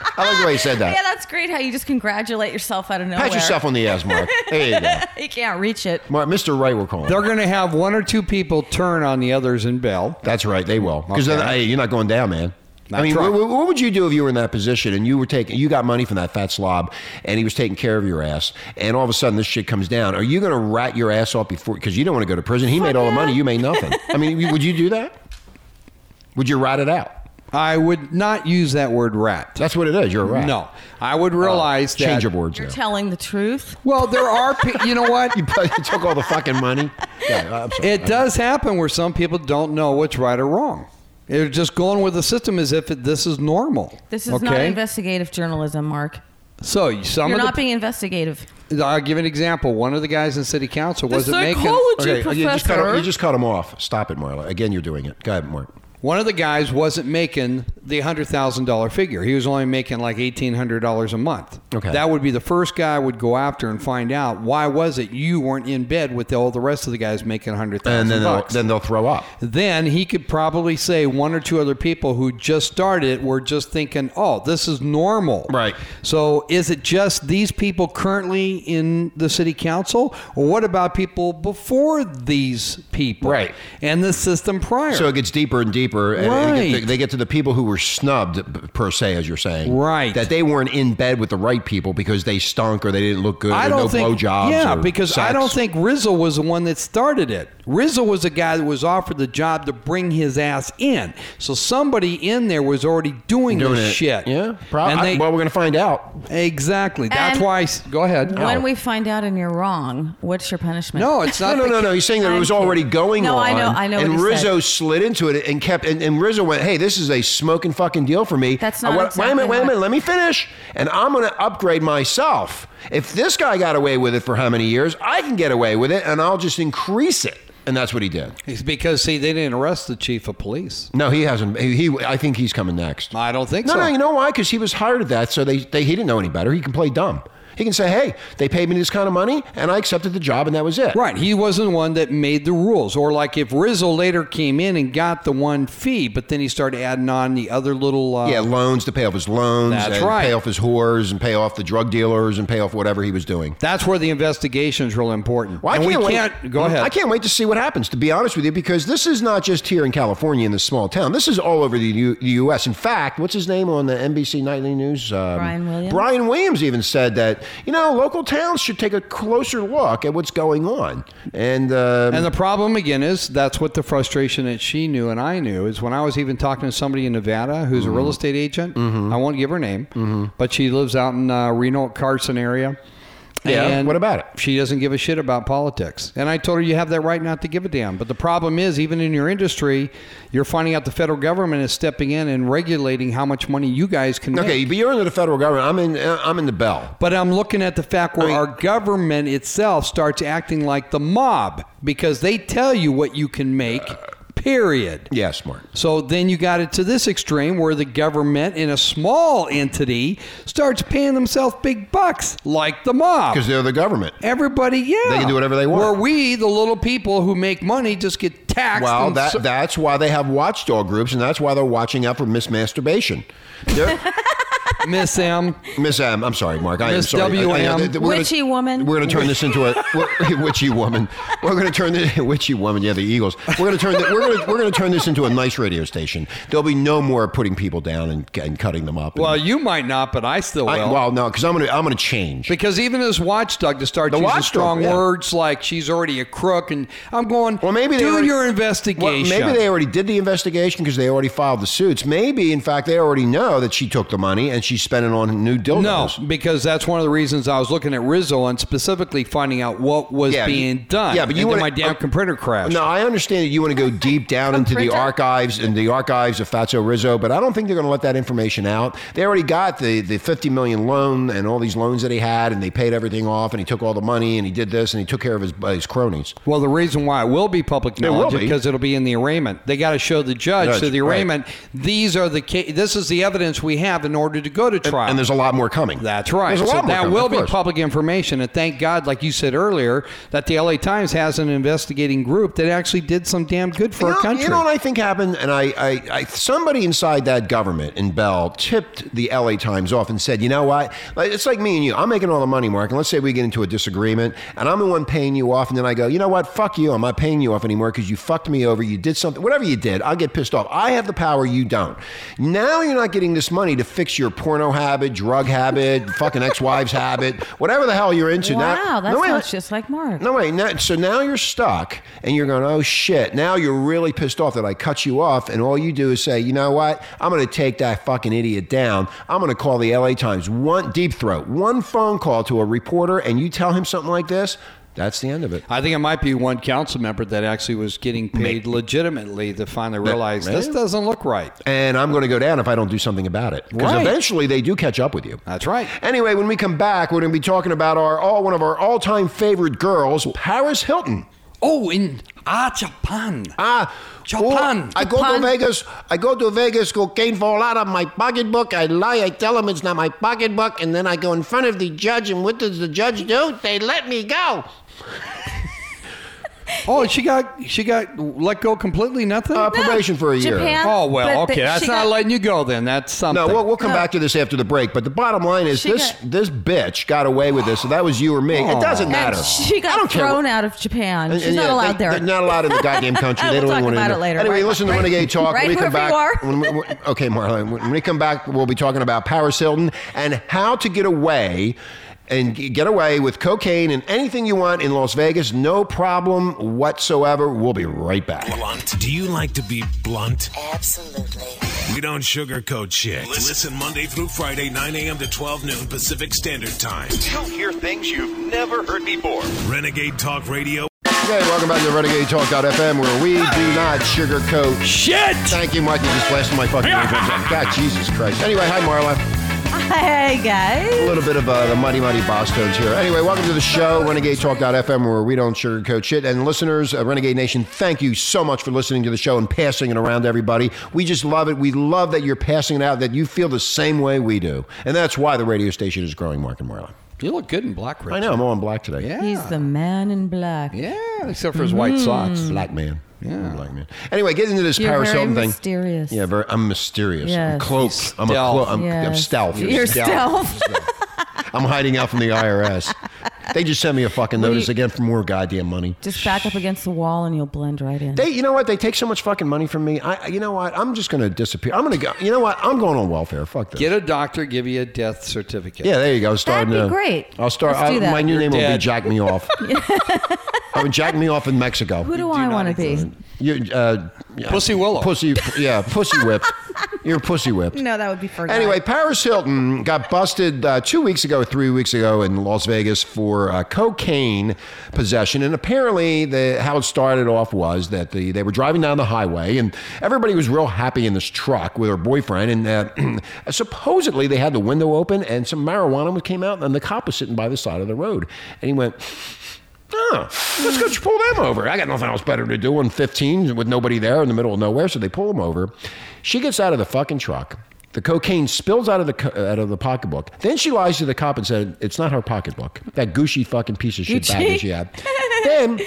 Speaker 3: I like the way you said
Speaker 5: Yeah,
Speaker 3: that.
Speaker 5: that's great how you just congratulate yourself out of nowhere.
Speaker 3: Uh, Pat yourself on the ass, Mark. There you go.
Speaker 5: You can't reach it.
Speaker 3: Mark, Mr. Right, we're calling.
Speaker 6: they're going to have one or two people turn on the others in Bell.
Speaker 3: That's right. They will. Because
Speaker 6: Okay.
Speaker 3: hey, you're not going down, man. I
Speaker 6: That's
Speaker 3: mean,
Speaker 6: right.
Speaker 3: what, what would you do if you were in that position and you were taking, you got money from that fat slob, and he was taking care of your ass, and all of a sudden this shit comes down? Are you going to rat your ass off before because you don't want to go to prison? He made all the money, you made nothing. I mean, you- would you do that? Would you rat it out?
Speaker 6: I would not use that word rat.
Speaker 3: That's what it is. You're a rat. Oh,
Speaker 6: No, I would realize that.
Speaker 3: change of words.
Speaker 5: You're
Speaker 3: there.
Speaker 5: telling the truth.
Speaker 6: Well, there are. Pe- you know what?
Speaker 3: you, probably took all the fucking money. Yeah, I'm sorry.
Speaker 6: It does happen where some people don't know what's right or wrong. They're just going with the system as if it, this is normal.
Speaker 5: This is not investigative journalism, Mark.
Speaker 6: So you- some
Speaker 5: You're
Speaker 6: of
Speaker 5: not
Speaker 6: the,
Speaker 5: being investigative.
Speaker 6: I'll give an example. One of the guys in city council wasn't making.
Speaker 5: psychology
Speaker 3: you just, cut him,
Speaker 5: professor.
Speaker 3: you just cut him off. Stop it, Marla. Again, you're doing it. Go ahead, Mark.
Speaker 6: One of the guys wasn't making the hundred thousand dollar figure. He was only making like eighteen hundred dollars a month.
Speaker 3: Okay.
Speaker 6: that would be the first guy I would go after and find out why was it you weren't in bed with all the rest of the guys making a hundred
Speaker 3: And
Speaker 6: thousand
Speaker 3: then they'll,
Speaker 6: bucks.
Speaker 3: then they'll throw up.
Speaker 6: then he could probably say one or two other people who just started were just thinking, oh, this is normal.
Speaker 3: Right.
Speaker 6: So is it just these people currently in the city council? Or what about people before these people?
Speaker 3: Right.
Speaker 6: And the system prior?
Speaker 3: So it gets deeper and deeper, and and they, get to,
Speaker 6: Right.
Speaker 3: they get to the people who were snubbed, b- per se, as you're saying,
Speaker 6: Right.
Speaker 3: That they weren't in bed with the right people because they stunk or they didn't look good.
Speaker 6: I
Speaker 3: or
Speaker 6: don't
Speaker 3: no
Speaker 6: think
Speaker 3: blowjobs.
Speaker 6: yeah,
Speaker 3: or
Speaker 6: because I
Speaker 3: sex.
Speaker 6: don't think Rizzo was the one that started it. Rizzo was the guy that was offered the job to bring his ass in. So somebody in there was already doing,
Speaker 3: doing
Speaker 6: this
Speaker 3: it.
Speaker 6: shit.
Speaker 3: Yeah, probably.
Speaker 6: And they-
Speaker 3: well, we're gonna find out.
Speaker 6: Exactly. That's
Speaker 5: And-
Speaker 6: why. I s- Go ahead.
Speaker 5: When we find out and you're wrong, what's your punishment?
Speaker 6: no, Oh, it's
Speaker 3: No,
Speaker 6: not.
Speaker 3: no,
Speaker 6: the-
Speaker 3: no, no. He's saying that it
Speaker 5: I'm
Speaker 3: was already
Speaker 5: kidding.
Speaker 3: going
Speaker 5: No,
Speaker 3: on.
Speaker 5: I know- I know
Speaker 3: And
Speaker 5: what he
Speaker 3: Rizzo
Speaker 5: said.
Speaker 3: slid into it and kept. And, and Rizzo went, "Hey, this is a smoking fucking deal for me.
Speaker 5: That's
Speaker 3: I
Speaker 5: not
Speaker 3: wa- wait a
Speaker 5: exactly
Speaker 3: minute. Wait a
Speaker 5: what-
Speaker 3: minute. Let me finish. And I'm going to upgrade myself. If this guy got away with it for how many years, I can get away with it, and I'll just increase it. And that's what he did.
Speaker 6: It's because see, they didn't arrest the chief of police.
Speaker 3: No, he hasn't. He, he I think he's coming next.
Speaker 6: I don't think
Speaker 3: no,
Speaker 6: so.
Speaker 3: no, you know why? Because he was hired at that, so they, they he didn't know any better. He can play dumb. He can say, "Hey, they paid me this kind of money, and I accepted the job, and that was it."
Speaker 6: Right, he wasn't the one that made the rules. Or like if Rizzo later came in and got the one fee, but then he started adding on the other little. Uh,
Speaker 3: Yeah, loans to pay off his loans,
Speaker 6: That's
Speaker 3: and
Speaker 6: right.
Speaker 3: pay off his whores, and pay off the drug dealers, and pay off whatever he was doing.
Speaker 6: That's where the investigation is real important.
Speaker 3: Well, I
Speaker 6: and
Speaker 3: can't
Speaker 6: we
Speaker 3: wait-
Speaker 6: can't go ahead.
Speaker 3: I can't wait to see what happens. To be honest with you, because this is not just here in California in this small town. This is all over the, U- the U.S. In fact, what's his name on the NBC Nightly News? Um,
Speaker 5: Brian Williams?
Speaker 3: Brian Williams even said that you know local towns should take a closer look at what's going on. And, um,
Speaker 6: And the problem again is that's what the frustration that she knew and I knew is when I was even talking to somebody in Nevada who's a
Speaker 3: Mm-hmm.
Speaker 6: real estate agent. I won't give her name, but she lives out in uh, Reno Carson area.
Speaker 3: Yeah,
Speaker 6: And
Speaker 3: what about it?
Speaker 6: She doesn't give a shit about politics. And I told her you have that right not to give a damn. But the problem is, even in your industry, you're finding out the federal government is stepping in and regulating how much money you guys can make.
Speaker 3: Okay, but you're under the federal government. I'm in. I'm in the Bell.
Speaker 6: But I'm looking at the fact where our government itself starts acting like the mob because they tell you what you can make, period.
Speaker 3: Yeah, smart.
Speaker 6: So then you got it to this extreme where the government in a small entity starts paying themselves big bucks like the mob.
Speaker 3: Because they're the government.
Speaker 6: Everybody, yeah.
Speaker 3: They can do whatever they want.
Speaker 6: Where we, the little people who make money, just get taxed.
Speaker 3: Well,
Speaker 6: and
Speaker 3: that,
Speaker 6: so-
Speaker 3: that's why they have watchdog groups, and that's why they're watching out for Miss Masturbation. They're-
Speaker 6: Miss M.
Speaker 3: Miss M, I'm sorry, Mark. I am
Speaker 6: Miss
Speaker 3: sorry. I- I- I-
Speaker 6: WM.
Speaker 3: we're gonna-
Speaker 5: Witchy woman.
Speaker 3: We're going to turn this into a we're- witchy woman. We're going to turn this witchy woman. Yeah, the Eagles. We're going to turn. The, we're going to we're going to turn this into a nice radio station. There'll be no more putting people down and, and cutting them up. and-
Speaker 6: Well, you might not, but I still will.
Speaker 3: I, well, no, because I'm going to I'm going to change.
Speaker 6: Because even as watchdog to start
Speaker 3: The
Speaker 6: using
Speaker 3: watchdog,
Speaker 6: strong
Speaker 3: yeah.
Speaker 6: words like she's already a crook, and I'm going.
Speaker 3: Well, maybe they
Speaker 6: do
Speaker 3: already-
Speaker 6: your
Speaker 3: Well,
Speaker 6: investigation.
Speaker 3: maybe they already did the investigation because they already filed the suits. Maybe, in fact, they already know that she took the money and she's spending on new
Speaker 6: no,
Speaker 3: dildos.
Speaker 6: because that's one of the reasons I was looking at Rizzo and specifically finding out what was being done.
Speaker 3: Yeah, but you
Speaker 6: and
Speaker 3: want
Speaker 6: then my damn computer crashed.
Speaker 3: No, I understand that you want to go deep down into the
Speaker 5: Computer.
Speaker 3: archives and the archives of Fatso Rizzo, but I don't think they're going to let that information out. They already got the the fifty million loan and all these loans that he had, and they paid everything off, and he took all the money, and he did this, and he took care of his his cronies.
Speaker 6: Well, the reason why it will be public
Speaker 3: will
Speaker 6: knowledge
Speaker 3: be.
Speaker 6: because it'll be in the arraignment. They got to show the judge,
Speaker 3: Judge,
Speaker 6: to the
Speaker 3: right.
Speaker 6: arraignment. These are the ca- this is the evidence we have in order to go to trial.
Speaker 3: And there's a lot more coming.
Speaker 6: That's right.
Speaker 3: There's a
Speaker 6: So
Speaker 3: lot more
Speaker 6: that
Speaker 3: coming,
Speaker 6: will
Speaker 3: of
Speaker 6: be
Speaker 3: course.
Speaker 6: public information. And thank God, like you said earlier, that the LA Times has an investigating group that actually did some damn good for
Speaker 3: you
Speaker 6: our
Speaker 3: know,
Speaker 6: country.
Speaker 3: You know what I think happened, and I, I, I, somebody inside that government in Bell tipped the L.A. Times off and said, you know what? Like, It's like me and you. I'm making all the money, Mark, and let's say we get into a disagreement, and I'm the one paying you off, and then I go, you know what? Fuck you. I'm not paying you off anymore because you fucked me over. You did something. Whatever you did, I'll get pissed off. I have the power. You don't. Now you're not getting this money to fix your porno habit, drug habit, fucking ex-wife's habit, whatever the hell you're into. now,
Speaker 5: wow, that
Speaker 3: No, wait,
Speaker 5: sounds
Speaker 3: wait.
Speaker 5: just like Mark.
Speaker 3: No, wait. Now, so now you're stuck and you're going, oh shit. Now you're really pissed off that I cut you off. And all you do is say, you know what? I'm going to take that fucking idiot down. I'm going to call the LA Times. One deep throat, one phone call to a reporter, and you tell him something like this. That's the end of it.
Speaker 6: I think it might be one council member that actually was getting paid legitimately to finally realize this
Speaker 3: maybe.
Speaker 6: doesn't look right.
Speaker 3: And I'm going to go down if I don't do something about it. Because
Speaker 6: Right.
Speaker 3: eventually they do catch up with you.
Speaker 6: That's right.
Speaker 3: Anyway, when we come back, we're going to be talking about our all one of our all-time favorite girls, Paris Hilton.
Speaker 6: Oh, in Ah Japan.
Speaker 3: Ah,
Speaker 6: Japan.
Speaker 3: oh, I go to
Speaker 5: Japan.
Speaker 3: Vegas. I go to Vegas. Cocaine fall out of my pocketbook. I lie. I tell them it's not my pocketbook, and then I go in front of the judge. And what does the judge do? They let me go.
Speaker 6: Oh, she got she got let go completely. Nothing.
Speaker 3: Uh, probation for a year.
Speaker 5: Japan.
Speaker 6: oh well,
Speaker 5: but the-
Speaker 6: okay. That's
Speaker 5: she
Speaker 6: not
Speaker 5: got-
Speaker 6: letting you go then. That's something.
Speaker 3: No, we'll, we'll come back to this after the break. But the bottom line is
Speaker 5: She
Speaker 3: this:
Speaker 5: got-
Speaker 3: this bitch got away with this. So that was you or me. It doesn't
Speaker 5: And
Speaker 3: matter.
Speaker 5: she
Speaker 3: I
Speaker 5: got
Speaker 3: don't care what-
Speaker 5: thrown out of Japan.
Speaker 3: And-
Speaker 5: She's
Speaker 3: and
Speaker 5: not
Speaker 3: yeah,
Speaker 5: allowed
Speaker 3: they,
Speaker 5: there.
Speaker 3: They're not allowed in the goddamn country. they
Speaker 5: We'll
Speaker 3: don't
Speaker 5: talk
Speaker 3: even want
Speaker 5: about
Speaker 3: to
Speaker 5: it later.
Speaker 3: Anyway,
Speaker 5: Right,
Speaker 3: listen to
Speaker 5: right.
Speaker 3: Renegade Talk.
Speaker 5: Right
Speaker 3: when we come
Speaker 5: wherever
Speaker 3: back.
Speaker 5: you are.
Speaker 3: When we, when- okay, Marla. When we come back, we'll be talking about Paris Hilton and how to get away and g- get away with cocaine and anything you want in Las Vegas. No problem whatsoever. We'll be right back.
Speaker 2: Blunt. Do you like to be blunt?
Speaker 7: Absolutely.
Speaker 2: We don't sugarcoat shit. Listen Monday through Friday, 9 a.m. to 12 noon Pacific Standard Time.
Speaker 8: You'll hear things you've never heard before.
Speaker 2: Renegade Talk Radio.
Speaker 3: Okay, welcome back to Renegade Talk.fm where we do not sugarcoat
Speaker 6: Shit.
Speaker 3: Thank you, Mike. You just blasted my fucking eardrums out. God, Jesus Christ. Anyway, hi, Marla.
Speaker 5: Hey guys.
Speaker 3: A little bit of uh, the Mighty Mighty Boston's here. Anyway, welcome to the show, RenegadeTalk.fm, where we don't sugarcoat shit. And listeners, uh, Renegade Nation, thank you so much for listening to the show and passing it around to everybody. We just love it. We love that you're passing it out, that you feel the same way we do. And that's why the radio station is growing, Mark and Marla.
Speaker 6: You look good in black. Richard.
Speaker 3: I know, I'm all in black today.
Speaker 6: Yeah.
Speaker 5: He's Mm. the man in black.
Speaker 6: Yeah, except for his white socks.
Speaker 3: Black man. Yeah. Black man. Anyway, getting into this
Speaker 5: You're
Speaker 3: Paris
Speaker 5: very
Speaker 3: Hilton thing.
Speaker 5: mysterious.
Speaker 3: Yeah, very, I'm mysterious. I'm
Speaker 5: Yes.
Speaker 3: cloak. I'm a
Speaker 6: Stealth.
Speaker 3: cloak. I'm, I'm
Speaker 5: Yes.
Speaker 3: stealth.
Speaker 5: You're stealth.
Speaker 3: I'm hiding out from the IRS. They just sent me a fucking notice
Speaker 5: you-
Speaker 3: again for more goddamn money.
Speaker 5: Just back up against the wall and you'll blend right in.
Speaker 3: They, you know what? They take so much fucking money from me. I, you know what? I'm just gonna disappear. I'm gonna go. You know what? I'm going on welfare. Fuck this.
Speaker 6: Get a doctor, give you a death certificate.
Speaker 3: yeah, there you go. Starting
Speaker 5: That'd
Speaker 3: to-
Speaker 5: be great.
Speaker 3: I'll start.
Speaker 5: Let's do
Speaker 3: I,
Speaker 5: that.
Speaker 3: my new name will be
Speaker 6: dead.
Speaker 3: Jack Me Off. I mean, Jack Me Off in Mexico.
Speaker 5: Who do I want to be?
Speaker 3: You, uh, yeah.
Speaker 6: Pussy Willow.
Speaker 3: Pussy. Yeah, pussy whip. You're pussy whipped.
Speaker 7: No, that would be for
Speaker 3: Anyway, Paris Hilton got busted uh, two weeks ago, three weeks ago in Las Vegas for uh, cocaine possession. And apparently, the, how it started off was that the, they were driving down the highway and everybody was real happy in this truck with her boyfriend. And uh, supposedly, they had the window open and some marijuana came out, and the cop was sitting by the side of the road. And he went, Oh, let's go just pull them over. I got nothing else better to do on 15 with nobody there in the middle of nowhere, so they pull them over. She gets out of the fucking truck. The cocaine spills out of the co- out of the pocketbook. Then she lies to the cop and said it's not her pocketbook. That Gucci fucking piece of shit
Speaker 5: Gucci.
Speaker 3: bag that she had. then.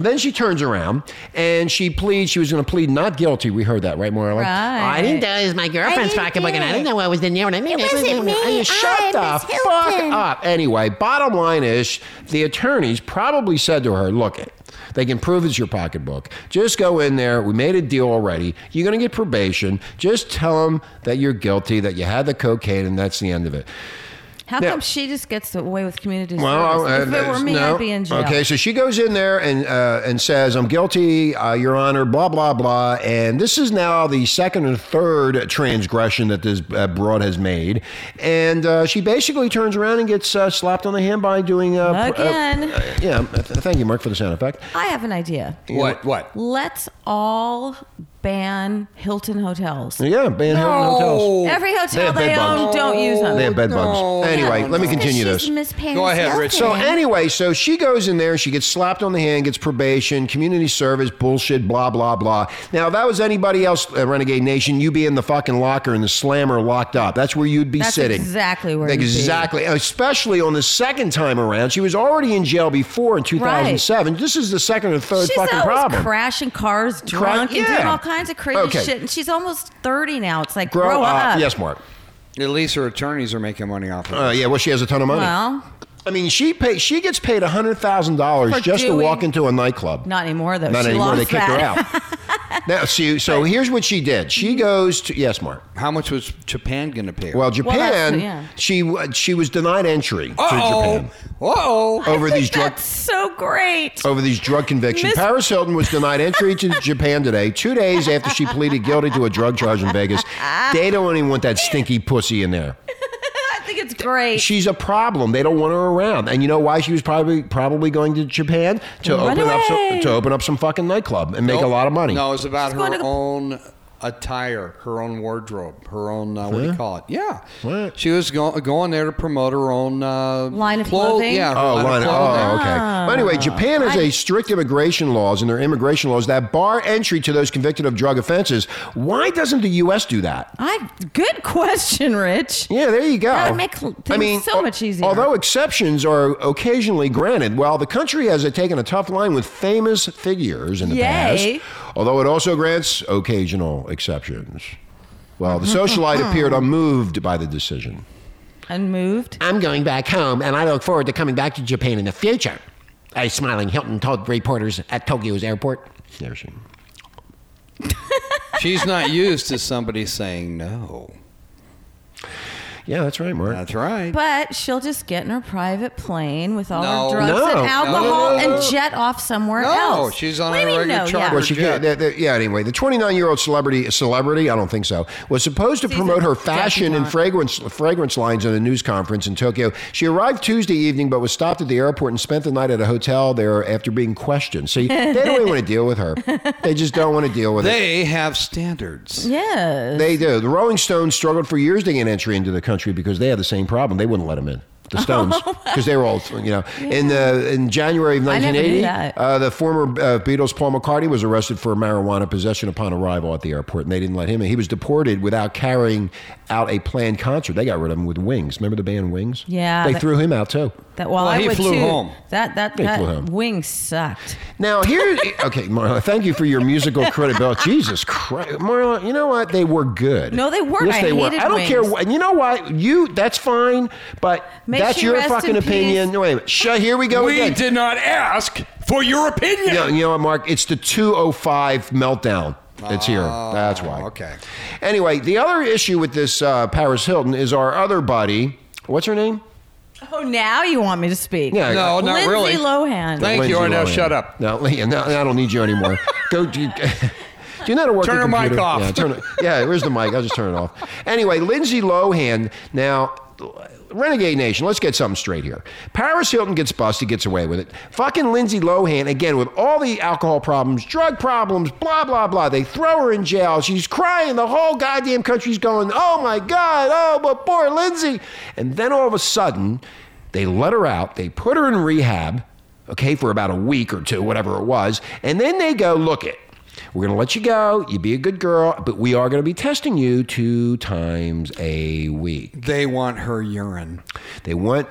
Speaker 3: Then she turns around and she pleads. She was going to plead not guilty. We heard that, right, Marla?
Speaker 5: Right.
Speaker 3: I didn't. That was my girlfriend's
Speaker 9: didn't
Speaker 3: pocketbook,
Speaker 9: do
Speaker 3: and I
Speaker 9: it.
Speaker 3: didn't know I was in there. And I mean,
Speaker 9: It wasn't me.
Speaker 3: I shut
Speaker 9: I'm
Speaker 3: the
Speaker 9: Miss
Speaker 3: fuck
Speaker 9: Hilton.
Speaker 3: up up. Anyway, bottom line is the attorneys probably said to her, look, they can prove it's your pocketbook. Just go in there. We made a deal already. You're going to get probation. Just tell them that you're guilty, that you had the cocaine, and that's the end of it.
Speaker 5: How
Speaker 3: Now-
Speaker 5: come she just gets away with community
Speaker 3: Well,
Speaker 5: service?
Speaker 3: uh,
Speaker 5: if it were me,
Speaker 3: no.
Speaker 5: I'd be in jail.
Speaker 3: Okay, so she goes in there and uh, and says, "I'm guilty, uh, Your Honor." Blah blah blah. And this is now the second and third transgression that this uh, broad has made. And uh, she basically turns around and gets uh, slapped on the hand by doing uh, pr- uh,
Speaker 5: Again.
Speaker 3: uh, yeah, th- thank you, Mark, for the sound effect.
Speaker 5: I have an idea.
Speaker 3: What? What?
Speaker 5: Let's all ban Hilton hotels.
Speaker 3: Yeah, ban Hilton hotels.
Speaker 5: Every
Speaker 3: They
Speaker 5: hotel
Speaker 3: have
Speaker 5: they,
Speaker 3: bed bugs.
Speaker 5: own, don't use them.
Speaker 3: They have bed bugs. Anyway, let me
Speaker 9: Because
Speaker 3: continue
Speaker 9: she's
Speaker 3: this.
Speaker 9: Miss Paris
Speaker 6: Go ahead,
Speaker 9: Hilton.
Speaker 6: Rich.
Speaker 3: So anyway, so she goes in there, she gets slapped on the hand, gets probation, community service, bullshit, blah blah blah. Now, if that was anybody else, uh, Renegade Nation, you'd be in the fucking locker and the slammer locked up. That's where you'd be
Speaker 5: That's
Speaker 3: sitting.
Speaker 5: exactly where you'd be.
Speaker 3: Exactly, especially on the second time around. She was already in jail before in 2007. This is the second or third
Speaker 5: She's
Speaker 3: fucking
Speaker 5: always
Speaker 3: problem.
Speaker 5: crashing cars, drunk, and doing
Speaker 3: yeah.
Speaker 5: all kinds of crazy
Speaker 3: Okay.
Speaker 5: shit. And she's almost 30 now. It's like,
Speaker 3: Grow up.
Speaker 5: up.
Speaker 3: Yes, Mark.
Speaker 6: At least her attorneys are making money off of it.
Speaker 3: Uh, yeah, well, she has a ton of money.
Speaker 5: Well,
Speaker 3: I mean, she pay, she gets paid hundred thousand dollars
Speaker 5: For
Speaker 3: just to
Speaker 5: doing-
Speaker 3: walk into a nightclub.
Speaker 5: not anymore, though.
Speaker 3: Not
Speaker 5: she
Speaker 3: anymore.
Speaker 5: Lost
Speaker 3: They kicked
Speaker 5: that. Mm-hmm.
Speaker 3: her out. now, see, so here's what she did. She goes to yes, Mark.
Speaker 6: How much was Japan going to pay? her?
Speaker 3: Well,
Speaker 5: that's-
Speaker 3: Japan.
Speaker 5: yeah.
Speaker 3: She she was denied entry to
Speaker 6: Uh-oh.
Speaker 3: Japan
Speaker 6: Uh-oh.
Speaker 3: over these drug
Speaker 5: That's so great.
Speaker 3: over these drug convictions.
Speaker 5: Miss-
Speaker 3: Paris Hilton was denied entry to Japan today, two days after she pleaded guilty to a drug charge in Vegas. They don't even want that stinky pussy in there.
Speaker 5: I think it's great.
Speaker 3: She's a problem. They don't want her around. And you know why she was probably probably going to Japan to
Speaker 5: Run
Speaker 3: open up some,
Speaker 5: away.
Speaker 3: to open up some fucking nightclub and make a lot of money.
Speaker 6: No, it's about
Speaker 5: going
Speaker 6: her
Speaker 5: to-
Speaker 6: own attire, her own wardrobe, her own uh, what do you call it? Yeah,
Speaker 3: What?
Speaker 6: she was go- going there to promote her own uh,
Speaker 5: Line of Ah.
Speaker 6: clo-
Speaker 5: clothing?
Speaker 6: Yeah, her
Speaker 3: Oh, line,
Speaker 6: of clothing.
Speaker 3: oh, okay. But anyway, Japan has a strict immigration laws, and their immigration laws that bar entry to those convicted of drug offenses. Why doesn't the U.S. do that?
Speaker 5: I good question, Rich.
Speaker 3: Yeah, there you go.
Speaker 5: That would make l- things so
Speaker 3: al-
Speaker 5: much easier.
Speaker 3: Although exceptions are occasionally granted, while the country has uh, taken a tough line with famous figures in the
Speaker 5: Yay.
Speaker 3: past, although it also grants occasional exceptions. Well, the socialite appeared
Speaker 5: Hmm.
Speaker 3: unmoved by the decision.
Speaker 5: Unmoved.
Speaker 3: I'm going back home, and I look forward to coming back to Japan in the future. A smiling Hilton told reporters at Tokyo's airport. There she.
Speaker 6: She's not used to somebody saying no.
Speaker 3: Yeah, that's right, Mark.
Speaker 6: That's right.
Speaker 5: But she'll just get in her private plane with all
Speaker 6: No.
Speaker 5: her drugs
Speaker 3: No. No,
Speaker 5: and alcohol
Speaker 6: no, no, no.
Speaker 5: and jet off somewhere
Speaker 6: No,
Speaker 5: else.
Speaker 6: she's on
Speaker 5: What do
Speaker 6: a
Speaker 5: you mean,
Speaker 6: regular
Speaker 5: no?
Speaker 6: charter.
Speaker 5: Yeah.
Speaker 3: Well, she can't, that- that- yeah. Anyway, the 29-year-old celebrity celebrity, I don't think so, was supposed to
Speaker 5: Season
Speaker 3: promote her fashion and
Speaker 5: debutant.
Speaker 3: fragrance fragrance lines at a news conference in Tokyo. She arrived Tuesday evening, but was stopped at the airport and spent the night at a hotel there after being questioned. See, they don't even want to deal with her. They just don't want to deal with it.
Speaker 6: They have standards.
Speaker 5: Yes.
Speaker 3: They do. The Rolling Stones struggled for years to get entry into the country because they had the same problem. They wouldn't let them in.
Speaker 5: Oh,
Speaker 3: The Stones, because they were all, you know, in the in January of
Speaker 5: I never knew
Speaker 3: 1980,
Speaker 5: that.
Speaker 3: uh, the former uh, Beatles Paul McCartney was arrested for marijuana possession upon arrival at the airport, and they didn't let him in. He was deported without carrying out a planned concert. They got rid of him with Wings. Remember the band Wings?
Speaker 5: Yeah,
Speaker 3: they
Speaker 5: that-
Speaker 3: threw him out too.
Speaker 5: That well,
Speaker 6: Well,
Speaker 5: I
Speaker 6: he
Speaker 5: would
Speaker 6: flew
Speaker 5: too.
Speaker 6: home.
Speaker 5: That that
Speaker 3: He
Speaker 5: that
Speaker 3: flew home.
Speaker 5: wing sucked.
Speaker 3: Now here, okay, Marla, thank you for your musical credibility. Jesus Christ, Marla, you know what? They were good.
Speaker 5: No, they weren't.
Speaker 3: Yes,
Speaker 5: I
Speaker 3: they were.
Speaker 5: hated
Speaker 3: I don't
Speaker 5: Wings.
Speaker 3: care. What, and you know what? You that's fine, but
Speaker 5: May
Speaker 3: that's
Speaker 5: she
Speaker 3: your
Speaker 5: rest in
Speaker 3: fucking
Speaker 5: peace.
Speaker 3: opinion. Wait a minute. Sh- here we go
Speaker 2: We
Speaker 3: again.
Speaker 2: did not ask for your opinion.
Speaker 3: you, know, you know what, Mark? It's the 205 meltdown. It's here. That's why.
Speaker 6: Oh, okay.
Speaker 3: Anyway, the other issue with this uh, Paris Hilton is our other buddy. What's her name?
Speaker 5: Oh, now you want me to speak?
Speaker 3: Yeah.
Speaker 6: No, not
Speaker 5: Lindsay
Speaker 6: really.
Speaker 5: Lohan.
Speaker 6: Thank you.
Speaker 3: Lindsay
Speaker 6: Or now
Speaker 3: Lohan.
Speaker 6: shut up.
Speaker 3: No, Leah, no, I don't need you anymore. Go. do- Do you know how to work
Speaker 6: Turn
Speaker 3: a
Speaker 6: her mic
Speaker 3: computer?
Speaker 6: off.
Speaker 3: Yeah, turn it, yeah, where's the mic? I'll just turn it off. Anyway, Lindsay Lohan. Now, Renegade Nation, let's get something straight here. Paris Hilton gets busted, gets away with it. Fucking Lindsay Lohan, again, with all the alcohol problems, drug problems, blah, blah, blah. They throw her in jail. She's crying. The whole goddamn country's going, oh my God, oh, but poor Lindsay. And then all of a sudden, they let her out. They put her in rehab, okay, for about a week or two, whatever it was. And then they go, look it. We're going to let you go. You be a good girl, but we are going to be testing you two times a week.
Speaker 6: They want her urine.
Speaker 3: They want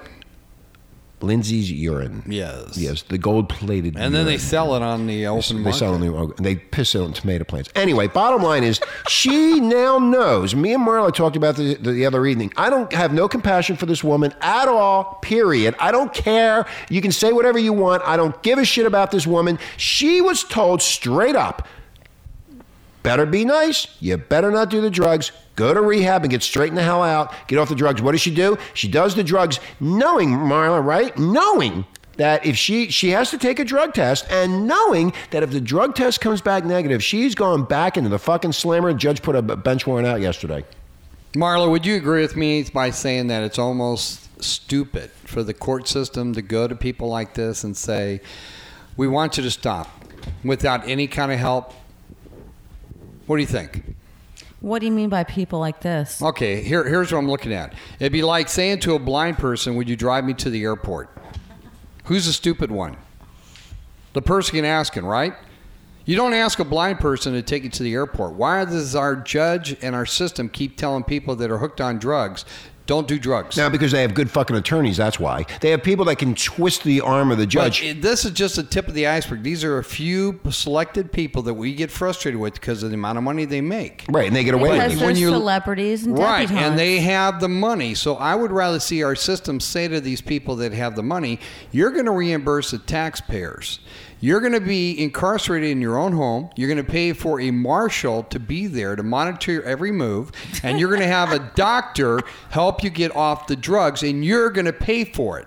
Speaker 3: Lindsay's urine.
Speaker 6: Yes.
Speaker 3: Yes, the gold plated.
Speaker 6: And then they sell it on the open
Speaker 3: they
Speaker 6: market.
Speaker 3: sell new. And they piss on tomato plants. Anyway, bottom line is she now knows. Me and Marla talked about the, the other evening. I don't have no compassion for this woman at all. Period. I don't care. You can say whatever you want. I don't give a shit about this woman. She was told straight up better be nice. You better not do the drugs. Go to rehab and get straightened the hell out. Get off the drugs. What does she do? She does the drugs knowing, Marla, right? Knowing that if she she has to take a drug test and knowing that if the drug test comes back negative, she's gone back into the fucking slammer. Judge put a b- bench warrant out yesterday.
Speaker 6: Marla, would you agree with me by saying that it's almost stupid for the court system to go to people like this and say, "We want you to stop," without any kind of help? What do you think?
Speaker 5: What do you mean by people like this?
Speaker 6: Okay, here, here's what I'm looking at. It'd be like saying to a blind person, "Would you drive me to the airport?" Who's the stupid one? The person can ask him, right? You don't ask a blind person to take you to the airport. Why does our judge and our system keep telling people that are hooked on drugs, "Don't do drugs"?
Speaker 3: Now because they have good fucking attorneys, that's why. They have people that can twist the arm of the
Speaker 6: But
Speaker 3: judge.
Speaker 6: it- this is just the tip of the iceberg. These are a few selected people that we get frustrated with because of the amount of money they make.
Speaker 3: right, and they get away
Speaker 5: Because
Speaker 3: with it.
Speaker 5: they're
Speaker 6: When you-
Speaker 5: celebrities and
Speaker 6: Right,
Speaker 5: debutantes.
Speaker 6: and they have the money. So I would rather see our system say to these people that have the money, you're going to reimburse the taxpayers. You're going to be incarcerated in your own home. You're going to pay for a marshal to be there to monitor your every move. And you're going to have a doctor help you get off the drugs, and you're going to pay for it.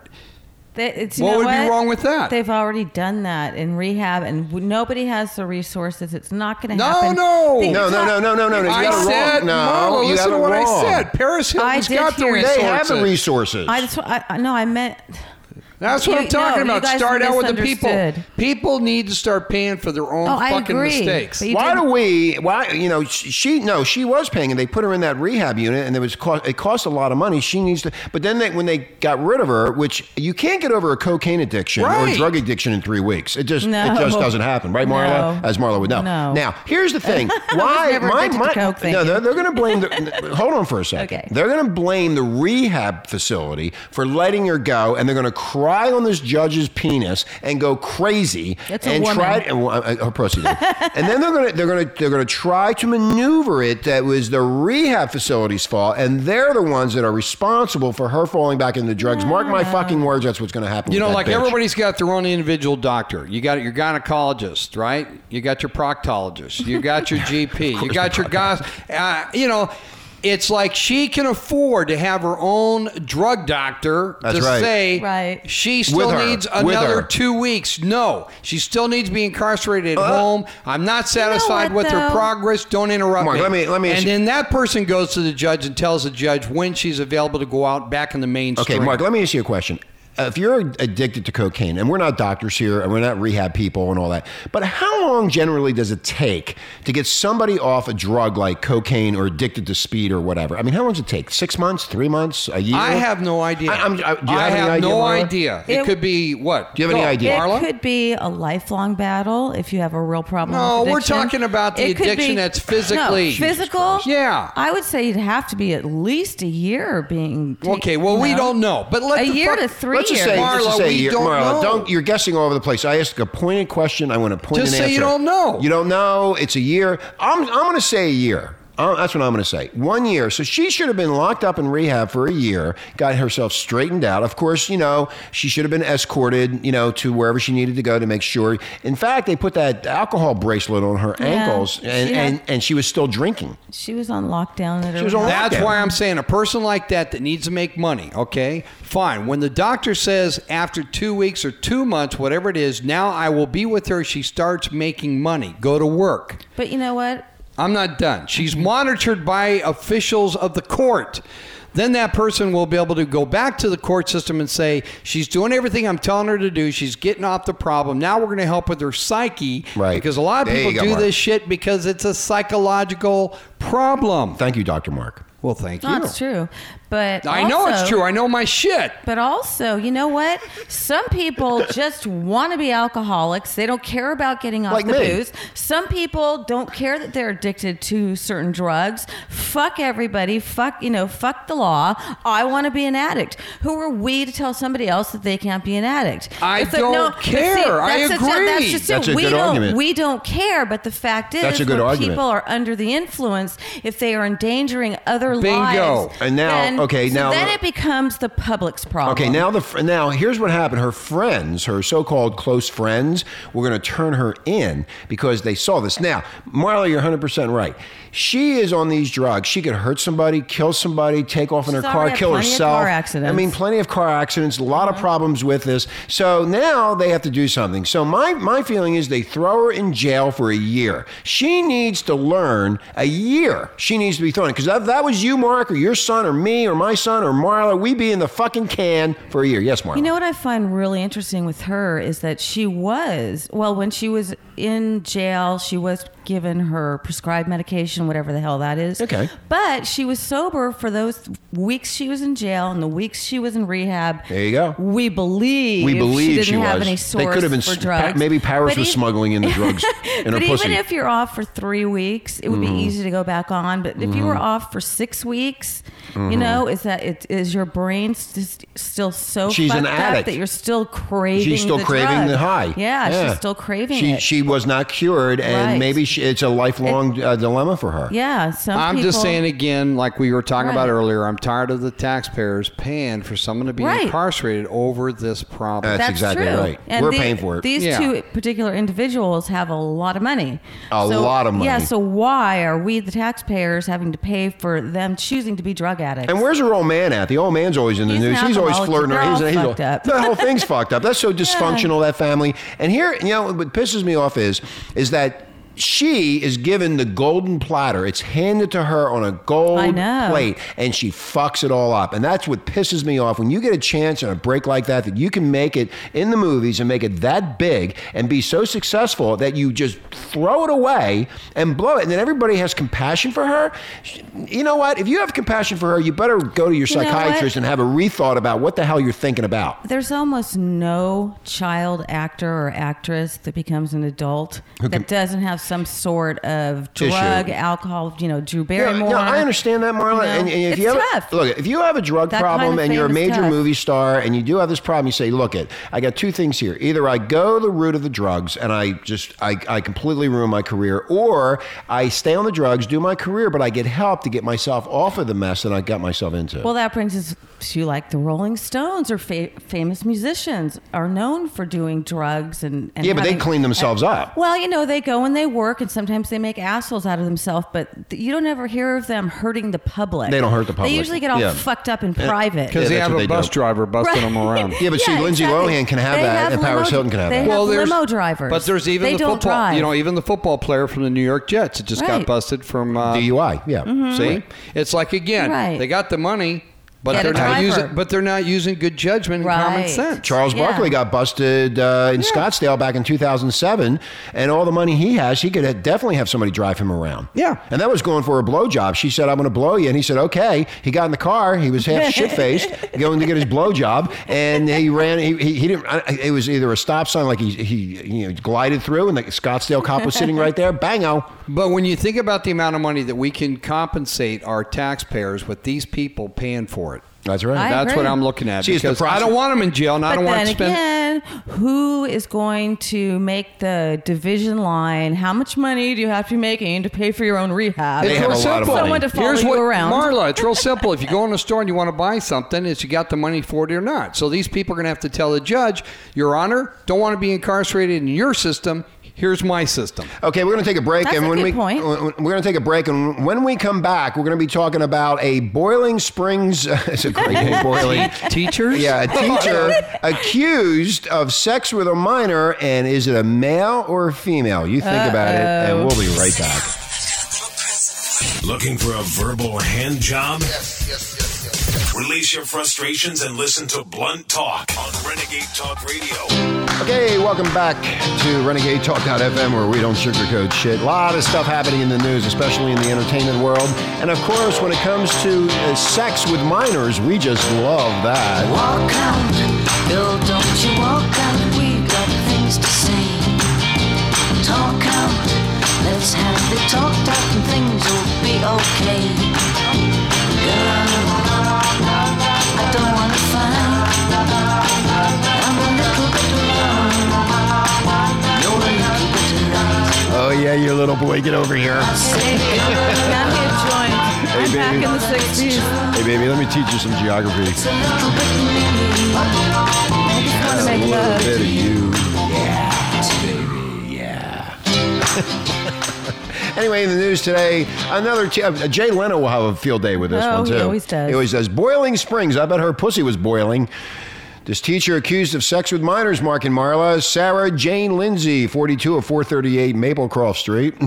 Speaker 5: They- it's, you
Speaker 6: What
Speaker 5: know
Speaker 6: would be wrong with that?
Speaker 5: They've already done that in rehab, and w- nobody has the resources. It's not going to
Speaker 6: No,
Speaker 5: happen.
Speaker 6: no.
Speaker 5: They-
Speaker 3: No, no, no, no, no, no, no. You
Speaker 6: I
Speaker 3: got it
Speaker 6: said,
Speaker 3: wrong. No,
Speaker 6: Marla,
Speaker 3: you
Speaker 6: listen
Speaker 3: got
Speaker 6: to
Speaker 3: it
Speaker 6: what
Speaker 3: wrong.
Speaker 6: I said. Paris Hilton's
Speaker 5: did
Speaker 6: got the
Speaker 5: hear
Speaker 6: resources.
Speaker 5: that.
Speaker 3: They have the resources.
Speaker 5: I just, I, I- no, I meant.
Speaker 6: That's what
Speaker 5: You-
Speaker 6: I'm talking
Speaker 5: no, you
Speaker 6: about.
Speaker 5: guys
Speaker 6: Start out with the people.
Speaker 5: misunderstood.
Speaker 6: People need to start paying for their own
Speaker 5: Oh, I
Speaker 6: fucking
Speaker 5: agree.
Speaker 6: mistakes.
Speaker 5: But you-
Speaker 3: why do
Speaker 5: didn't-
Speaker 3: we? Why you know she, she? No, she was paying, and they put her in that rehab unit, and it was cost, it cost a lot of money. She needs to, but then they, when they got rid of her, which you can't get over a cocaine addiction or
Speaker 6: Right.
Speaker 3: drug addiction in three weeks. It just
Speaker 5: No.
Speaker 3: it just doesn't happen, right, Marla?
Speaker 5: No.
Speaker 3: As Marla would know.
Speaker 5: No.
Speaker 3: Now here's the thing. Why
Speaker 5: never addicted to coke, thank
Speaker 3: no,
Speaker 5: you.
Speaker 3: they're, they're going to blame. The, hold on for a second.
Speaker 5: Okay.
Speaker 3: They're going to blame the rehab facility for letting her go, and they're going to cry on this judge's penis and go crazy
Speaker 5: It's a
Speaker 3: and
Speaker 5: woman.
Speaker 3: try and well, I- I- her pussy. did. and then they're gonna they're gonna they're gonna try to maneuver it that was the rehab facility's fault, and they're the ones that are responsible for her falling back into drugs. Mark my fucking words, that's what's gonna happen.
Speaker 6: You
Speaker 3: with
Speaker 6: know,
Speaker 3: that
Speaker 6: like
Speaker 3: bitch.
Speaker 6: everybody's got their own individual doctor. You got your gynecologist, right? You got your proctologist. You got your GP. you got your guys. Uh, you know, it's like she can afford to have her own drug doctor
Speaker 3: That's
Speaker 6: to
Speaker 3: right.
Speaker 6: say
Speaker 5: Right.
Speaker 6: she
Speaker 3: With
Speaker 6: still
Speaker 3: her.
Speaker 6: needs
Speaker 3: With her.
Speaker 6: another two weeks. No, she still needs to be incarcerated
Speaker 3: Uh,
Speaker 6: at home. I'm not satisfied
Speaker 5: what,
Speaker 6: with her
Speaker 5: though?
Speaker 6: progress. Don't interrupt
Speaker 3: Mark,
Speaker 6: me.
Speaker 3: let me- let me-
Speaker 6: And then that person goes to the judge and tells the judge when she's available to go out back in the mainstream.
Speaker 3: Okay, Mark, let me ask you a question. Uh, If you're addicted to cocaine, and we're not doctors here, and we're not rehab people and all that, but how long generally does it take to get somebody off a drug like cocaine or addicted to speed or whatever? I mean, how long does it take? Six months, three months, a year?
Speaker 6: I have no idea.
Speaker 3: I, I'm- I- do you
Speaker 6: I
Speaker 3: have, any idea,
Speaker 6: no
Speaker 3: Marla?
Speaker 6: idea. It,
Speaker 5: It-
Speaker 6: could be what?
Speaker 3: Do you have any
Speaker 6: Go,
Speaker 3: idea?
Speaker 5: It
Speaker 6: Marla?
Speaker 5: could be a lifelong battle if you have a real problem.
Speaker 6: No,
Speaker 5: with
Speaker 6: we're
Speaker 5: addiction.
Speaker 6: talking about the
Speaker 5: It could
Speaker 6: addiction
Speaker 5: be-
Speaker 6: that's physically-
Speaker 5: No,
Speaker 6: Jesus
Speaker 5: physical.
Speaker 6: Christ. Yeah.
Speaker 5: I would say you'd have to be at least a year being. ta-
Speaker 6: Okay, well,
Speaker 5: you
Speaker 6: we don't know, but let
Speaker 5: a
Speaker 6: the
Speaker 5: year
Speaker 6: fuck-
Speaker 5: to 3
Speaker 3: Let's just
Speaker 5: years.
Speaker 3: say, let's just
Speaker 6: Marla,
Speaker 3: say
Speaker 6: we
Speaker 3: you're,
Speaker 6: don't
Speaker 3: Marla,
Speaker 6: know.
Speaker 3: don't. You're guessing all over the place. I asked a pointed question. I want a pointed
Speaker 6: Just say
Speaker 3: answer.
Speaker 6: you don't know.
Speaker 3: You don't know. It's a year. I'm. I'm going to say a year. Uh, that's what I'm going to say. One year. So she should have been locked up in rehab for a year, got herself straightened out. Of course, you know, she should have been escorted, you know, to wherever she needed to go to make sure. In fact, they put that alcohol bracelet on her ankles
Speaker 5: She
Speaker 3: and,
Speaker 5: had-
Speaker 3: and, and she was still drinking.
Speaker 5: She was on lockdown at her.
Speaker 3: She was on
Speaker 5: house.
Speaker 6: That's
Speaker 3: lockdown.
Speaker 6: why I'm saying a person like that that needs to make money, okay? Fine. When the doctor says after two weeks or two months, whatever it is, now I will be with her, she starts making money. Go to work.
Speaker 5: But you know what?
Speaker 6: I'm not done. She's monitored by officials of the court. Then that person will be able to go back to the court system and say, She's doing everything I'm telling her to do. She's getting off the problem. Now we're going to help with her psyche.
Speaker 3: Right.
Speaker 6: Because a lot of
Speaker 3: There you
Speaker 6: people
Speaker 3: go,
Speaker 6: do
Speaker 3: Mark.
Speaker 6: this shit because it's a psychological problem.
Speaker 3: Thank you, Dr. Mark.
Speaker 6: Well, thank you.
Speaker 5: That's true. But
Speaker 6: I know it's
Speaker 5: also-
Speaker 6: true. I know my shit.
Speaker 5: But also, you know what? Some people just want to be alcoholics. They don't care about getting off
Speaker 3: Like
Speaker 5: the
Speaker 3: me.
Speaker 5: booze. Some people don't care that they're addicted to certain drugs. Fuck everybody. Fuck, you know, fuck the law. I want to be an addict. Who are we to tell somebody else that they can't be an addict?
Speaker 6: I
Speaker 5: like,
Speaker 6: don't
Speaker 5: but
Speaker 6: care. I
Speaker 5: that's
Speaker 6: agree.
Speaker 5: that's just
Speaker 3: That's
Speaker 5: it.
Speaker 3: a
Speaker 5: we
Speaker 3: good
Speaker 5: don't,
Speaker 3: argument.
Speaker 5: We don't care. But the fact is,
Speaker 3: That's a good
Speaker 5: when
Speaker 3: argument.
Speaker 5: people are under the influence, if they are endangering other
Speaker 6: Bingo.
Speaker 5: lives,
Speaker 3: And now-
Speaker 5: then-
Speaker 3: okay,
Speaker 5: so
Speaker 3: now-
Speaker 5: then it becomes the public's problem.
Speaker 3: Okay, now the fr- now here's what happened. Her friends, her so-called close friends, were going to turn her in because they saw this. Now, Marley, you're 100 percent right. She is on these drugs. She could hurt somebody, kill somebody, take off in her
Speaker 5: She's
Speaker 3: car,
Speaker 5: already had
Speaker 3: kill
Speaker 5: plenty of
Speaker 3: herself.
Speaker 5: car accidents.
Speaker 3: I mean, plenty of car accidents. A lot of problems with this. So now they have to do something. So my my feeling is they throw her in jail for a year. She needs to learn a year. She needs to be thrown because if that was you, Mark, or your son, or me, or my son, or Marla, we'd be in the fucking can for a year. Yes, Marla.
Speaker 5: You know what I find really interesting with her is that she was, well, when she was in jail, she was given her prescribed medication, whatever the hell that is.
Speaker 3: Okay.
Speaker 5: But she was sober for those weeks she was in jail and the weeks she was in rehab.
Speaker 3: There you go.
Speaker 5: We believe
Speaker 3: we believe
Speaker 5: she didn't have
Speaker 3: was.
Speaker 5: any
Speaker 3: they
Speaker 5: source
Speaker 3: could have been
Speaker 5: for
Speaker 3: s-
Speaker 5: drugs.
Speaker 3: maybe Paris
Speaker 5: But
Speaker 3: was
Speaker 5: e-
Speaker 3: smuggling in the drugs in her
Speaker 5: but
Speaker 3: pussy.
Speaker 5: even if you're off for three weeks, it would
Speaker 3: Mm-hmm.
Speaker 5: be easy to go back on. But if you were off for six weeks, you
Speaker 3: Mm-hmm.
Speaker 5: know, is that it is your brain st- still so
Speaker 3: She's an
Speaker 5: fucked up
Speaker 3: addict.
Speaker 5: that you're still craving.
Speaker 3: she's still
Speaker 5: the
Speaker 3: craving
Speaker 5: drug.
Speaker 3: the high.
Speaker 5: Yeah, she's still craving
Speaker 3: she,
Speaker 5: it.
Speaker 3: She was not cured, and
Speaker 5: Right.
Speaker 3: maybe she, it's a lifelong uh, dilemma for her.
Speaker 5: yeah, some
Speaker 6: I'm just
Speaker 5: people-
Speaker 6: saying again, like we were talking about
Speaker 5: Right.
Speaker 6: earlier, I'm tired of the taxpayers paying for someone to be
Speaker 5: Right.
Speaker 6: incarcerated over this problem.
Speaker 3: That's exactly
Speaker 5: true.
Speaker 3: right.
Speaker 5: And
Speaker 3: We're
Speaker 5: the-
Speaker 3: paying for it.
Speaker 5: These
Speaker 6: Yeah.
Speaker 5: two particular individuals have a lot of money.
Speaker 3: A lot of money.
Speaker 5: Yeah, so why are we, the taxpayers, having to pay for them choosing to be drug addicts?
Speaker 3: And where's her old man at? The old man's always in the
Speaker 5: He's an
Speaker 3: news. He's always
Speaker 5: alcoholic.
Speaker 3: flirting.
Speaker 5: They're
Speaker 3: around.
Speaker 5: all
Speaker 3: he's, he's-
Speaker 5: fucked up.
Speaker 3: The whole thing's fucked up. That's so dysfunctional. That family. And here, you know, what pisses me off is, is that she is given the golden platter. It's handed to her on a
Speaker 5: I
Speaker 3: gold
Speaker 5: know.
Speaker 3: plate, and she fucks it all up. And that's what pisses me off. When you get a chance on a break like that, that you can make it in the movies and make it that big and be so successful that you just throw it away and blow it, and then everybody has compassion for her. You know what? If you have compassion for her, you better go to your
Speaker 5: You know what?
Speaker 3: psychiatrist and have a rethought about what the hell you're thinking about.
Speaker 5: There's almost no child actor or actress that becomes an adult that doesn't have some sort of
Speaker 3: Issue.
Speaker 5: drug, alcohol, you know, Drew
Speaker 3: Yeah,
Speaker 5: Barrymore.
Speaker 3: no, I understand that, Marla.
Speaker 5: You know,
Speaker 3: and, and if
Speaker 5: it's
Speaker 3: you have,
Speaker 5: tough.
Speaker 3: look, if you have a drug
Speaker 5: That
Speaker 3: problem
Speaker 5: kind of
Speaker 3: and you're a
Speaker 5: fame is
Speaker 3: major
Speaker 5: tough.
Speaker 3: movie star and you do have this problem, you say, "Look, it. I got two things here. Either I go the route of the drugs and I just I, I completely ruin my career, or I stay on the drugs, do my career, but I get help to get myself off of the mess that I got myself into."
Speaker 5: well, that brings us to like the Rolling Stones or fa- famous musicians are known for doing drugs and, and
Speaker 3: yeah, but they
Speaker 5: having-
Speaker 3: clean themselves up.
Speaker 5: Well, you know, they go and they work, and sometimes they make assholes out of themselves. But th- you don't ever hear of them hurting the public.
Speaker 3: They don't hurt the public.
Speaker 5: They usually get all
Speaker 3: Yeah.
Speaker 5: fucked up in private.
Speaker 6: Because
Speaker 3: Yeah,
Speaker 6: they
Speaker 3: that's
Speaker 6: have
Speaker 3: what they
Speaker 6: a bus
Speaker 3: do.
Speaker 6: driver busting them around.
Speaker 3: Yeah, but see, Lindsay Lohan can have
Speaker 5: They
Speaker 3: that, and
Speaker 5: limo-
Speaker 3: Paris Hilton can have
Speaker 5: they
Speaker 3: that.
Speaker 5: Have
Speaker 6: Well, there's-
Speaker 5: limo drivers,
Speaker 6: But there's even
Speaker 5: they
Speaker 6: the
Speaker 5: don't
Speaker 6: football.
Speaker 5: Drive.
Speaker 6: You know, even the football player from the New York Jets. It just got
Speaker 5: Right.
Speaker 6: busted from uh,
Speaker 3: DUI. Yeah.
Speaker 5: Mm-hmm.
Speaker 6: See, it's like again,
Speaker 5: Right.
Speaker 6: they got the money, but
Speaker 5: Get a
Speaker 6: they're not
Speaker 5: driver.
Speaker 6: using. But they're not using good judgment and common
Speaker 5: Right.
Speaker 6: sense.
Speaker 3: Charles
Speaker 5: Yeah.
Speaker 3: Barkley got busted uh, in Scottsdale back in 2007, and all the money he has, he could ha- definitely have somebody drive him around.
Speaker 6: Yeah.
Speaker 3: And that was going for a blowjob. She said, I'm going to blow you. And he said, okay. He got in the car. He was half shit faced going to get his blowjob, and he ran. He, he, he didn't, I- it was either a stop sign, like he, he you know, glided through, and the Scottsdale cop was sitting right there. Bango.
Speaker 6: But when you think about the amount of money that we can compensate our taxpayers with these people paying for it,
Speaker 3: That's right.
Speaker 5: I
Speaker 6: that's what
Speaker 5: agree.
Speaker 6: I'm looking at.
Speaker 3: See, it's the
Speaker 6: because I
Speaker 3: process-
Speaker 6: don't want them in jail, and I
Speaker 5: But
Speaker 6: don't want
Speaker 5: then
Speaker 6: to spend.
Speaker 5: again, who is going to make the division line? How much money do you have to be making to pay for your own rehab?
Speaker 3: They have a
Speaker 5: Or
Speaker 6: real
Speaker 3: lot of
Speaker 6: simple.
Speaker 3: money.
Speaker 5: Someone to follow
Speaker 6: Here's
Speaker 5: you
Speaker 6: what,
Speaker 5: around.
Speaker 6: Marla, it's real simple. If you go in a store and you want to buy something, it's you got the money for it or not. So these people are going to have to tell the judge, Your Honor, don't want to be incarcerated in your system. Here's my system.
Speaker 3: Okay, we're going to take a break,
Speaker 5: That's
Speaker 3: and
Speaker 5: a
Speaker 3: when
Speaker 5: good
Speaker 3: we
Speaker 5: point.
Speaker 3: we're going to take a break, and when we come back, we're going to be talking about a Boiling Springs. it's a great name, Boiling.
Speaker 6: Teachers?
Speaker 3: Yeah, a teacher accused of sex with a minor, and is it a male or a female? You think about it, and we'll be right back.
Speaker 2: Looking for a verbal hand job? Yes, yes, yes, yes. Release your frustrations and listen to Blunt Talk on Renegade Talk Radio.
Speaker 3: Okay, welcome back to Renegade Talk.fm, where we don't sugarcoat shit. A lot of stuff happening in the news, especially in the entertainment world, and of course, when it comes to uh, sex with minors, we just love that.
Speaker 7: Walk out, Bill, don't you walk out. We got things to say. Talk out, let's have the talk out and things will be okay. Girl, I don't wanna fight. I'm a little bit wrong. You're a little bit right.
Speaker 3: Oh yeah, you little boy, get over here.
Speaker 7: Say,
Speaker 5: Now I'm getting joined. I'm
Speaker 3: Hey,
Speaker 5: back
Speaker 3: baby.
Speaker 5: in the 60s.
Speaker 3: Hey baby, let me teach you some geography.
Speaker 7: it's a little bit mean.
Speaker 5: want to
Speaker 3: A
Speaker 5: make
Speaker 3: little
Speaker 5: love.
Speaker 3: bit of you. Yeah, baby, yeah. Anyway, in the news today, another t- uh, Jay Leno will have a field day with this
Speaker 5: Oh,
Speaker 3: one
Speaker 5: he
Speaker 3: too.
Speaker 5: always does.
Speaker 3: He always does. Boiling Springs. I bet her pussy was boiling. This teacher accused of sex with minors, Mark and Marla, Sarah Jane Lindsay, 42 of 438 Maplecroft Street.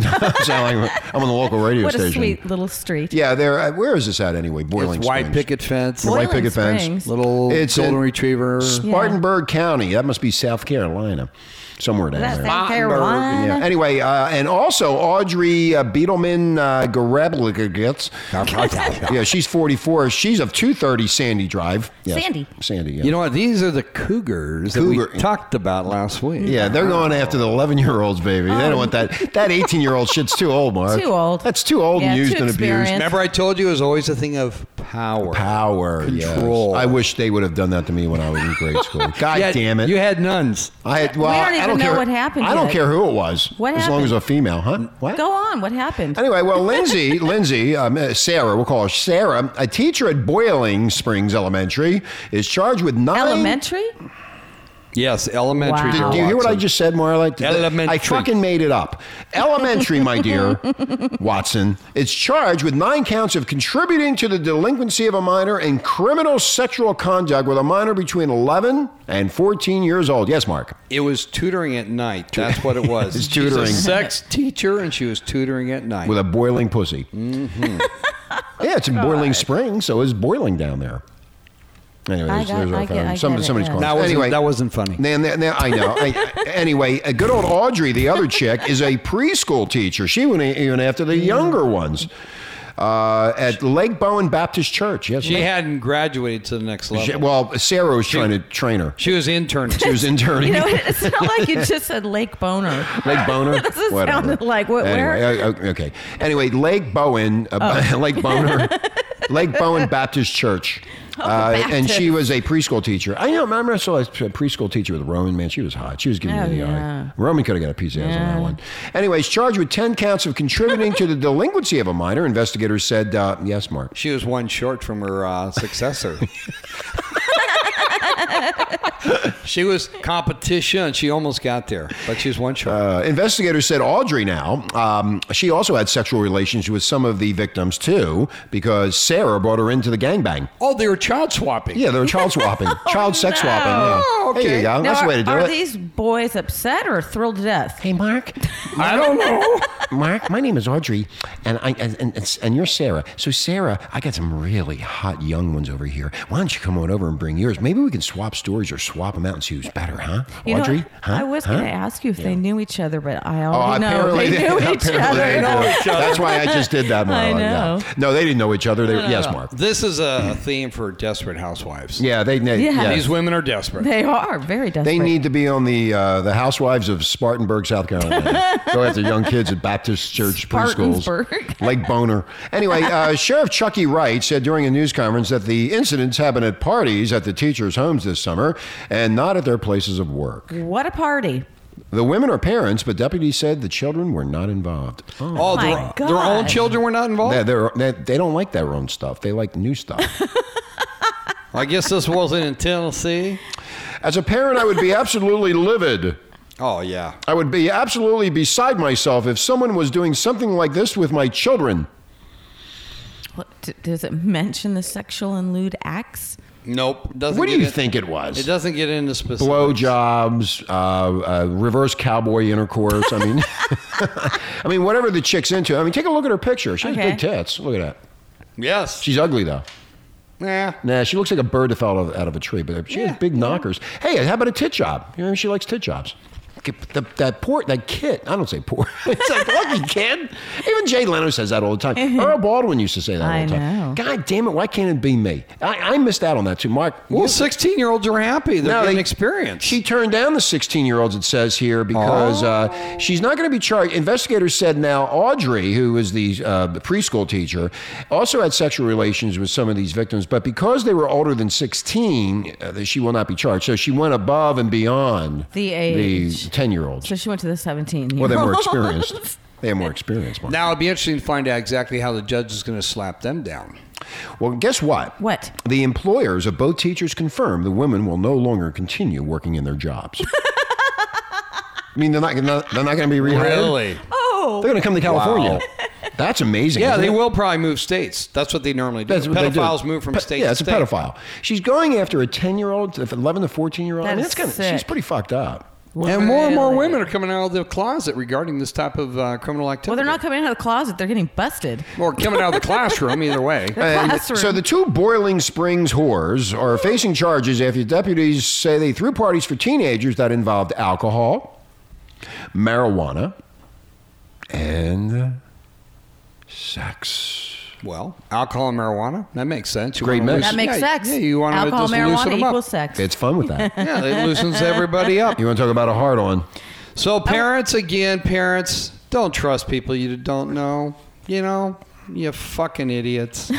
Speaker 3: Sound like I'm on the local radio
Speaker 5: What a
Speaker 3: station.
Speaker 5: sweet little street.
Speaker 3: Yeah, there. uh, Where is this at anyway? Boiling
Speaker 6: It's white
Speaker 3: Springs.
Speaker 6: picket fence,
Speaker 3: White
Speaker 5: Boiling
Speaker 3: picket fence.
Speaker 5: Springs.
Speaker 6: little
Speaker 3: It's
Speaker 6: golden
Speaker 3: in-
Speaker 6: retriever.
Speaker 3: Spartanburg County. That must be South Carolina, somewhere down
Speaker 5: That's
Speaker 3: there.
Speaker 5: South Carolina.
Speaker 3: Yeah. Anyway, uh, and also Audrey uh, Beetleman uh, Garebligitz. yeah, she's 44. She's of 230 Sandy Drive. Yeah.
Speaker 5: Sandy.
Speaker 3: Sandy, yeah.
Speaker 6: You know what? These are the cougars that
Speaker 3: Cougar.
Speaker 6: we talked about last week.
Speaker 3: yeah, they're going after the 11 year olds, baby. They don't want that. That 18 year old shit's too old, Mark.
Speaker 5: Um, Too old.
Speaker 3: That's too old and
Speaker 5: Yeah,
Speaker 3: used
Speaker 5: too
Speaker 3: and abused.
Speaker 5: experienced.
Speaker 6: Remember, I told you it was always a thing of power.
Speaker 3: Power, yes.
Speaker 6: Control.
Speaker 3: I wish they would have done that to me when I was in grade school. God
Speaker 6: You had-
Speaker 3: damn it!
Speaker 6: You had nuns.
Speaker 3: I had, well,
Speaker 5: We don't
Speaker 3: I
Speaker 5: even
Speaker 3: don't
Speaker 5: know
Speaker 3: care
Speaker 5: what happened
Speaker 3: I don't
Speaker 5: yet.
Speaker 3: care who it was.
Speaker 5: What
Speaker 3: as long as
Speaker 5: happened?
Speaker 3: a female, huh? What?
Speaker 5: Go on. What happened?
Speaker 3: Anyway, well, Lindsay, Lindsay, um, uh, Sarah, we'll call her Sarah, a teacher at Boiling Springs Elementary, is charged with nine.
Speaker 5: Elementary?
Speaker 6: Yes, elementary.
Speaker 5: Wow.
Speaker 3: Did,
Speaker 6: Bill
Speaker 3: do you hear what I
Speaker 6: Watson.
Speaker 3: just said, Marla? Did-
Speaker 6: Elementary.
Speaker 3: I fucking made it up. Elementary, my dear Watson, is charged with nine counts of contributing to the delinquency of a minor and criminal sexual conduct with a minor between 11 and 14 years old. Yes, Mark.
Speaker 6: It was tutoring at night. That's what it was.
Speaker 3: It's tutoring.
Speaker 6: She's a sex teacher, and she was tutoring at night.
Speaker 3: With a boiling pussy.
Speaker 5: Mm-hmm.
Speaker 3: yeah, it's in Boiling Springs, so it's boiling down there. Anyway,
Speaker 5: I
Speaker 3: there's,
Speaker 5: got-
Speaker 3: there's our
Speaker 5: I get-
Speaker 3: phone.
Speaker 5: I
Speaker 3: Some,
Speaker 5: get it,
Speaker 3: somebody's
Speaker 5: yeah.
Speaker 3: calling.
Speaker 6: that wasn't,
Speaker 3: anyway,
Speaker 6: that wasn't funny.
Speaker 3: Now, now- now- I know. I, anyway, a good old Audrey, the other chick, is a preschool teacher. She went even after the younger ones uh, at Lake Bowen Baptist Church. Yes,
Speaker 6: she hadn't graduated to the next level.
Speaker 3: She- well, Sarah was trying to train her.
Speaker 6: she was interning.
Speaker 3: She was interning.
Speaker 5: You know, it sounded like you just said Lake Boner.
Speaker 3: Lake Boner.
Speaker 5: That's what it sounded like. What-
Speaker 3: anyway,
Speaker 5: where?
Speaker 3: uh, okay. Anyway, Lake Bowen, uh,
Speaker 5: Oh.
Speaker 3: Lake Boner, Lake Bowen Baptist Church.
Speaker 5: Oh,
Speaker 3: Uh, and she was a preschool teacher. I know. Remember, I saw a preschool teacher with Roman. Man, she was hot. She was giving
Speaker 5: Oh,
Speaker 3: me the
Speaker 5: yeah.
Speaker 3: eye. Roman could have got a piece of ass on that one. Anyways, charged with ten counts of contributing to the delinquency of a minor. Investigators said, uh, "Yes, Mark."
Speaker 6: She was one short from her uh, successor. she was competition. She almost got there, but she was one short.
Speaker 3: Uh, investigators said Audrey now, um, she also had sexual relations with some of the victims too, because Sarah brought her into the gangbang.
Speaker 6: oh, they were child swapping.
Speaker 3: Yeah, they're child swapping, child sex
Speaker 5: Oh, no.
Speaker 3: swapping. Yeah.
Speaker 6: Oh,
Speaker 3: There you
Speaker 6: okay.
Speaker 3: go.
Speaker 5: Now,
Speaker 3: That's the
Speaker 5: are,
Speaker 3: way to do
Speaker 5: are
Speaker 3: it.
Speaker 5: these boys upset or thrilled to death?
Speaker 3: hey, Mark.
Speaker 6: I don't know.
Speaker 3: Mark, my name is Audrey, and I and, and and you're Sarah. So Sarah, I got some really hot young ones over here. Why don't you come on over and bring yours? Maybe we can swap stories or swap them out and see who's better, huh?
Speaker 5: You know,
Speaker 3: Audrey, huh?
Speaker 5: I was
Speaker 3: Huh?
Speaker 5: going to ask you if they knew each other, but I
Speaker 3: Oh,
Speaker 5: already know
Speaker 3: apparently
Speaker 5: they knew each
Speaker 3: apparently they
Speaker 5: other.
Speaker 3: do. That's why I just did that.
Speaker 5: I
Speaker 3: Marla, yeah.
Speaker 5: know.
Speaker 3: No, they didn't know each other. They, were yes, Mark.
Speaker 6: This is a theme for desperate housewives.
Speaker 3: Yeah, they. they
Speaker 5: Yeah.
Speaker 3: yes.
Speaker 6: These women are desperate.
Speaker 5: They are very desperate.
Speaker 3: They need to be on the uh, the Housewives of Spartanburg, South Carolina. Go after young kids at Baptist Church preschools.
Speaker 5: Spartansburg.
Speaker 3: Lake Boner. Anyway, uh, Sheriff Chucky Wright said during a news conference that the incidents happen at parties at the teachers' homes homes this summer and not at their places of work.
Speaker 5: What a party.
Speaker 3: The women are parents, but deputies said the children were not involved. Oh.
Speaker 6: Oh,
Speaker 5: my
Speaker 6: their, their own
Speaker 5: God.
Speaker 6: children were not involved.
Speaker 3: They, they're- they, they don't like their own stuff. They like new stuff.
Speaker 6: I guess this wasn't in Tennessee.
Speaker 3: As a parent, I would be absolutely livid.
Speaker 6: Oh yeah.
Speaker 3: I would be absolutely beside myself if someone was doing something like this with my children.
Speaker 5: What, d- does it mention the sexual and lewd acts?
Speaker 6: Nope. Doesn't
Speaker 3: What do
Speaker 6: get
Speaker 3: you
Speaker 6: in-
Speaker 3: think it was?
Speaker 6: It doesn't get into specifics.
Speaker 3: blowjobs, uh, uh, reverse cowboy intercourse. I mean, I mean, whatever the chick's into. I mean, take a look at her picture. She has
Speaker 5: Okay.
Speaker 3: big tits. Look at that.
Speaker 6: Yes.
Speaker 3: She's ugly though.
Speaker 6: Nah.
Speaker 3: Nah, she looks like a bird that fell out of, out of a tree, but she
Speaker 6: Yeah,
Speaker 3: has big knockers. Hey, how about a tit job? You know, she likes tit jobs. Get The, that poor, that kid. I don't say poor. It's like lucky kid. Even Jay Leno says that all the time. Earl Baldwin used to say that all
Speaker 5: I
Speaker 3: the time.
Speaker 5: know.
Speaker 3: God damn it! Why can't it be me? I, I missed out on that too, Mark.
Speaker 6: Well,
Speaker 3: you-
Speaker 6: sixteen-year-olds are happy. They're
Speaker 3: no,
Speaker 6: getting
Speaker 3: they-
Speaker 6: experience.
Speaker 3: She turned down the 16 year olds, it says here, because
Speaker 5: Oh.
Speaker 3: uh, she's not going to be charged. Investigators said now Audrey, who was the uh, preschool teacher, also had sexual relations with some of these victims, but because they were older than 16, uh, she will not be charged. So she went above and beyond
Speaker 5: The age.
Speaker 3: the 10 year olds.
Speaker 5: So she went to the 17.
Speaker 3: Well, they're more experienced. They have more experience. Mark.
Speaker 6: now it'd be interesting to find out exactly how the judge is going to slap them down.
Speaker 3: Well, guess what?
Speaker 5: What?
Speaker 3: The employers of both teachers confirm the women will no longer continue working in their jobs. I mean, they're not, they're not, they're not going to be rehired. They're going to come to California. That's amazing.
Speaker 6: Yeah,
Speaker 3: isn't
Speaker 6: they
Speaker 3: it?
Speaker 6: will probably move states. That's what they normally do.
Speaker 3: That's what they do.
Speaker 6: Pedophiles move from
Speaker 3: Pe-
Speaker 6: state
Speaker 3: Yeah,
Speaker 6: to
Speaker 3: it's a
Speaker 6: state.
Speaker 3: pedophile. She's going after a ten-year-old, eleven to fourteen-year-old.
Speaker 5: That
Speaker 3: I mean, that's
Speaker 5: is
Speaker 3: kinda-
Speaker 5: sick.
Speaker 3: She's pretty fucked up.
Speaker 6: And more and more
Speaker 5: Really?
Speaker 6: women are coming out of the closet regarding this type of uh, criminal activity.
Speaker 5: Well, they're not coming out of the closet. They're getting busted.
Speaker 6: Or coming out of the classroom, either way.
Speaker 3: And
Speaker 5: Classroom.
Speaker 3: so the two Boiling Springs whores are facing charges after deputies say they threw parties for teenagers that involved alcohol, marijuana, and sex.
Speaker 6: Well, alcohol and marijuana, that makes sense. You
Speaker 3: Great
Speaker 6: wanna
Speaker 3: mix.
Speaker 5: That
Speaker 6: loosen-
Speaker 5: makes
Speaker 6: yeah,
Speaker 5: sex.
Speaker 6: Yeah, you want to
Speaker 5: Alcohol,
Speaker 6: just
Speaker 5: marijuana
Speaker 6: loosen them
Speaker 5: equals
Speaker 6: up.
Speaker 5: sex.
Speaker 3: It's fun with that.
Speaker 6: Yeah, it loosens everybody up.
Speaker 3: you want to talk about a hard on?
Speaker 6: So parents, again, parents, don't trust people you don't know. You know, you fucking idiots.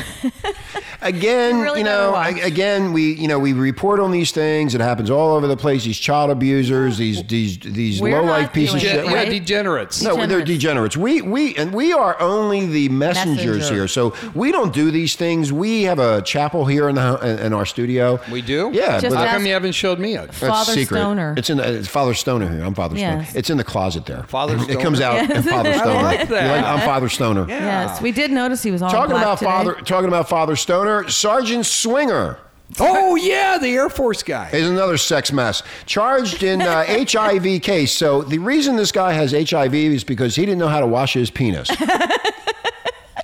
Speaker 3: again, you,
Speaker 5: You really
Speaker 3: know,
Speaker 5: gotta watch.
Speaker 3: a- again, we you know we report on these things. It happens all over the place. These child abusers, these these these
Speaker 5: We're
Speaker 3: low
Speaker 5: not
Speaker 3: life pieces of
Speaker 5: doing
Speaker 3: shit.
Speaker 5: it,
Speaker 6: yeah,
Speaker 5: right?
Speaker 6: degenerates.
Speaker 3: No, they're
Speaker 5: Degenerates.
Speaker 3: degenerates. We we and we are only the messengers
Speaker 5: Messenger.
Speaker 3: here. So we don't do these things. We have a chapel here in the in, in our studio.
Speaker 6: We do.
Speaker 3: Yeah,
Speaker 5: Just
Speaker 3: but
Speaker 6: How
Speaker 5: ask-
Speaker 6: come you haven't showed me it?
Speaker 3: that's
Speaker 5: Father
Speaker 3: secret.
Speaker 5: Stoner.
Speaker 3: It's in the, it's Father Stoner here. I'm Father Stoner.
Speaker 5: Yes.
Speaker 3: It's in the closet there.
Speaker 6: Father
Speaker 3: It
Speaker 6: Stoner.
Speaker 3: comes out.
Speaker 5: Yes.
Speaker 3: And Father
Speaker 5: I
Speaker 3: Stoner.
Speaker 6: like that.
Speaker 3: You I'm Father Stoner.
Speaker 5: yes, we did notice he was all
Speaker 3: Talking
Speaker 5: black
Speaker 3: about
Speaker 5: today.
Speaker 3: Father. Talking about Father Stoner. Sergeant Swinger.
Speaker 6: Oh yeah, the Air Force guy.
Speaker 3: is another sex mess. Charged in uh, HIV case. So the reason this guy has HIV is because he didn't know how to wash his penis.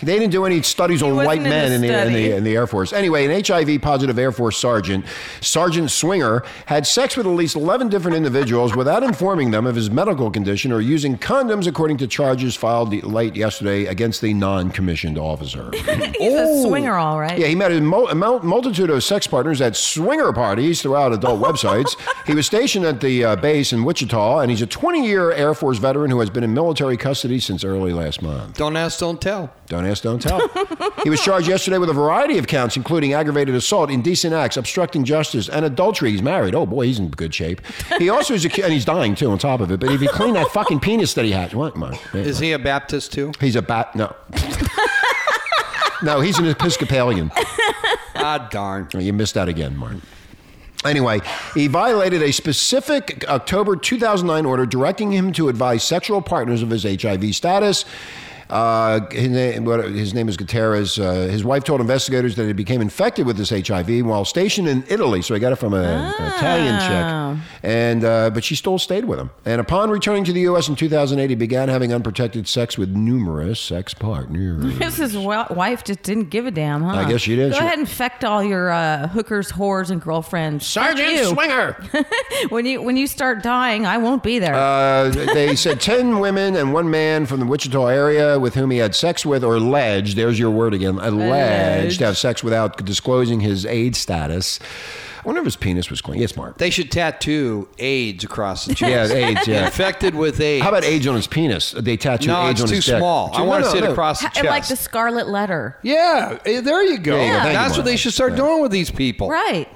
Speaker 3: They didn't do any studies on
Speaker 5: wasn't
Speaker 3: white
Speaker 5: in the
Speaker 3: men in the, in, the,
Speaker 5: study.
Speaker 3: in the Air Force. Anyway, an HIV positive Air Force sergeant, Sergeant Swinger, had sex with at least 11 different individuals without informing them of his medical condition or using condoms, according to charges filed late yesterday against the non commissioned officer.
Speaker 5: He's a swinger, all right.
Speaker 3: Yeah, he met a mul- a mul- multitude of sex partners at swinger parties throughout adult websites. He was stationed at the uh, base in Wichita, and he's a 20 year Air Force veteran who has been in military custody since early last month.
Speaker 6: Don't ask, don't tell.
Speaker 3: Don't ask, don't tell. he was charged yesterday with a variety of counts, including aggravated assault, indecent acts, obstructing justice, and adultery. He's married. Oh boy, he's in good shape. He also is, accu- and he's dying too on top of it. But if you clean that fucking penis that he had, what? Come on.
Speaker 6: Is he a Baptist too?
Speaker 3: He's a bat. No. no, he's an Episcopalian.
Speaker 6: ah, darn.
Speaker 3: Oh, You missed out again, Mark. Anyway, he violated a specific October 2009 order directing him to advise sexual partners of his HIV status. Uh, his, name, what- his name is Gutierrez. Uh, his wife told investigators that he became infected with this HIV while stationed in Italy, so he got it from a, an Italian chick. And uh, but she still stayed with him. And upon returning to the U.S. in 2008, he began having unprotected sex with numerous sex partners.
Speaker 5: Guess his wa- wife just didn't give a damn, huh?
Speaker 3: I guess she did.
Speaker 5: Go
Speaker 3: She-
Speaker 5: ahead and infect all your uh, hookers, whores, and girlfriends. Fuck you.
Speaker 3: Swinger.
Speaker 5: when you when you start dying, I won't be there.
Speaker 3: Uh, they said 10 women and one man from the Wichita area with whom he had sex with, or alleged, there's your word again, alleged, to have sex without disclosing his AIDS status. I wonder if his penis was clean. Yes, Mark.
Speaker 6: They should tattoo AIDS across the chest.
Speaker 3: yeah, AIDS, yeah.
Speaker 6: Infected with AIDS.
Speaker 3: How about AIDS on his penis? They tattoo
Speaker 6: No,
Speaker 3: AIDS
Speaker 6: it's
Speaker 3: on
Speaker 6: too
Speaker 3: his dick.
Speaker 6: small. I
Speaker 3: No,
Speaker 6: want to
Speaker 3: no,
Speaker 6: see it
Speaker 3: no.
Speaker 6: across the
Speaker 5: Ha-
Speaker 6: chest.
Speaker 5: like the Scarlet Letter,
Speaker 6: yeah, eh, there you go.
Speaker 3: There you go. Thank you,
Speaker 6: That's what
Speaker 3: Mark.
Speaker 6: they should start
Speaker 3: Yeah.
Speaker 6: doing with these people.
Speaker 5: right?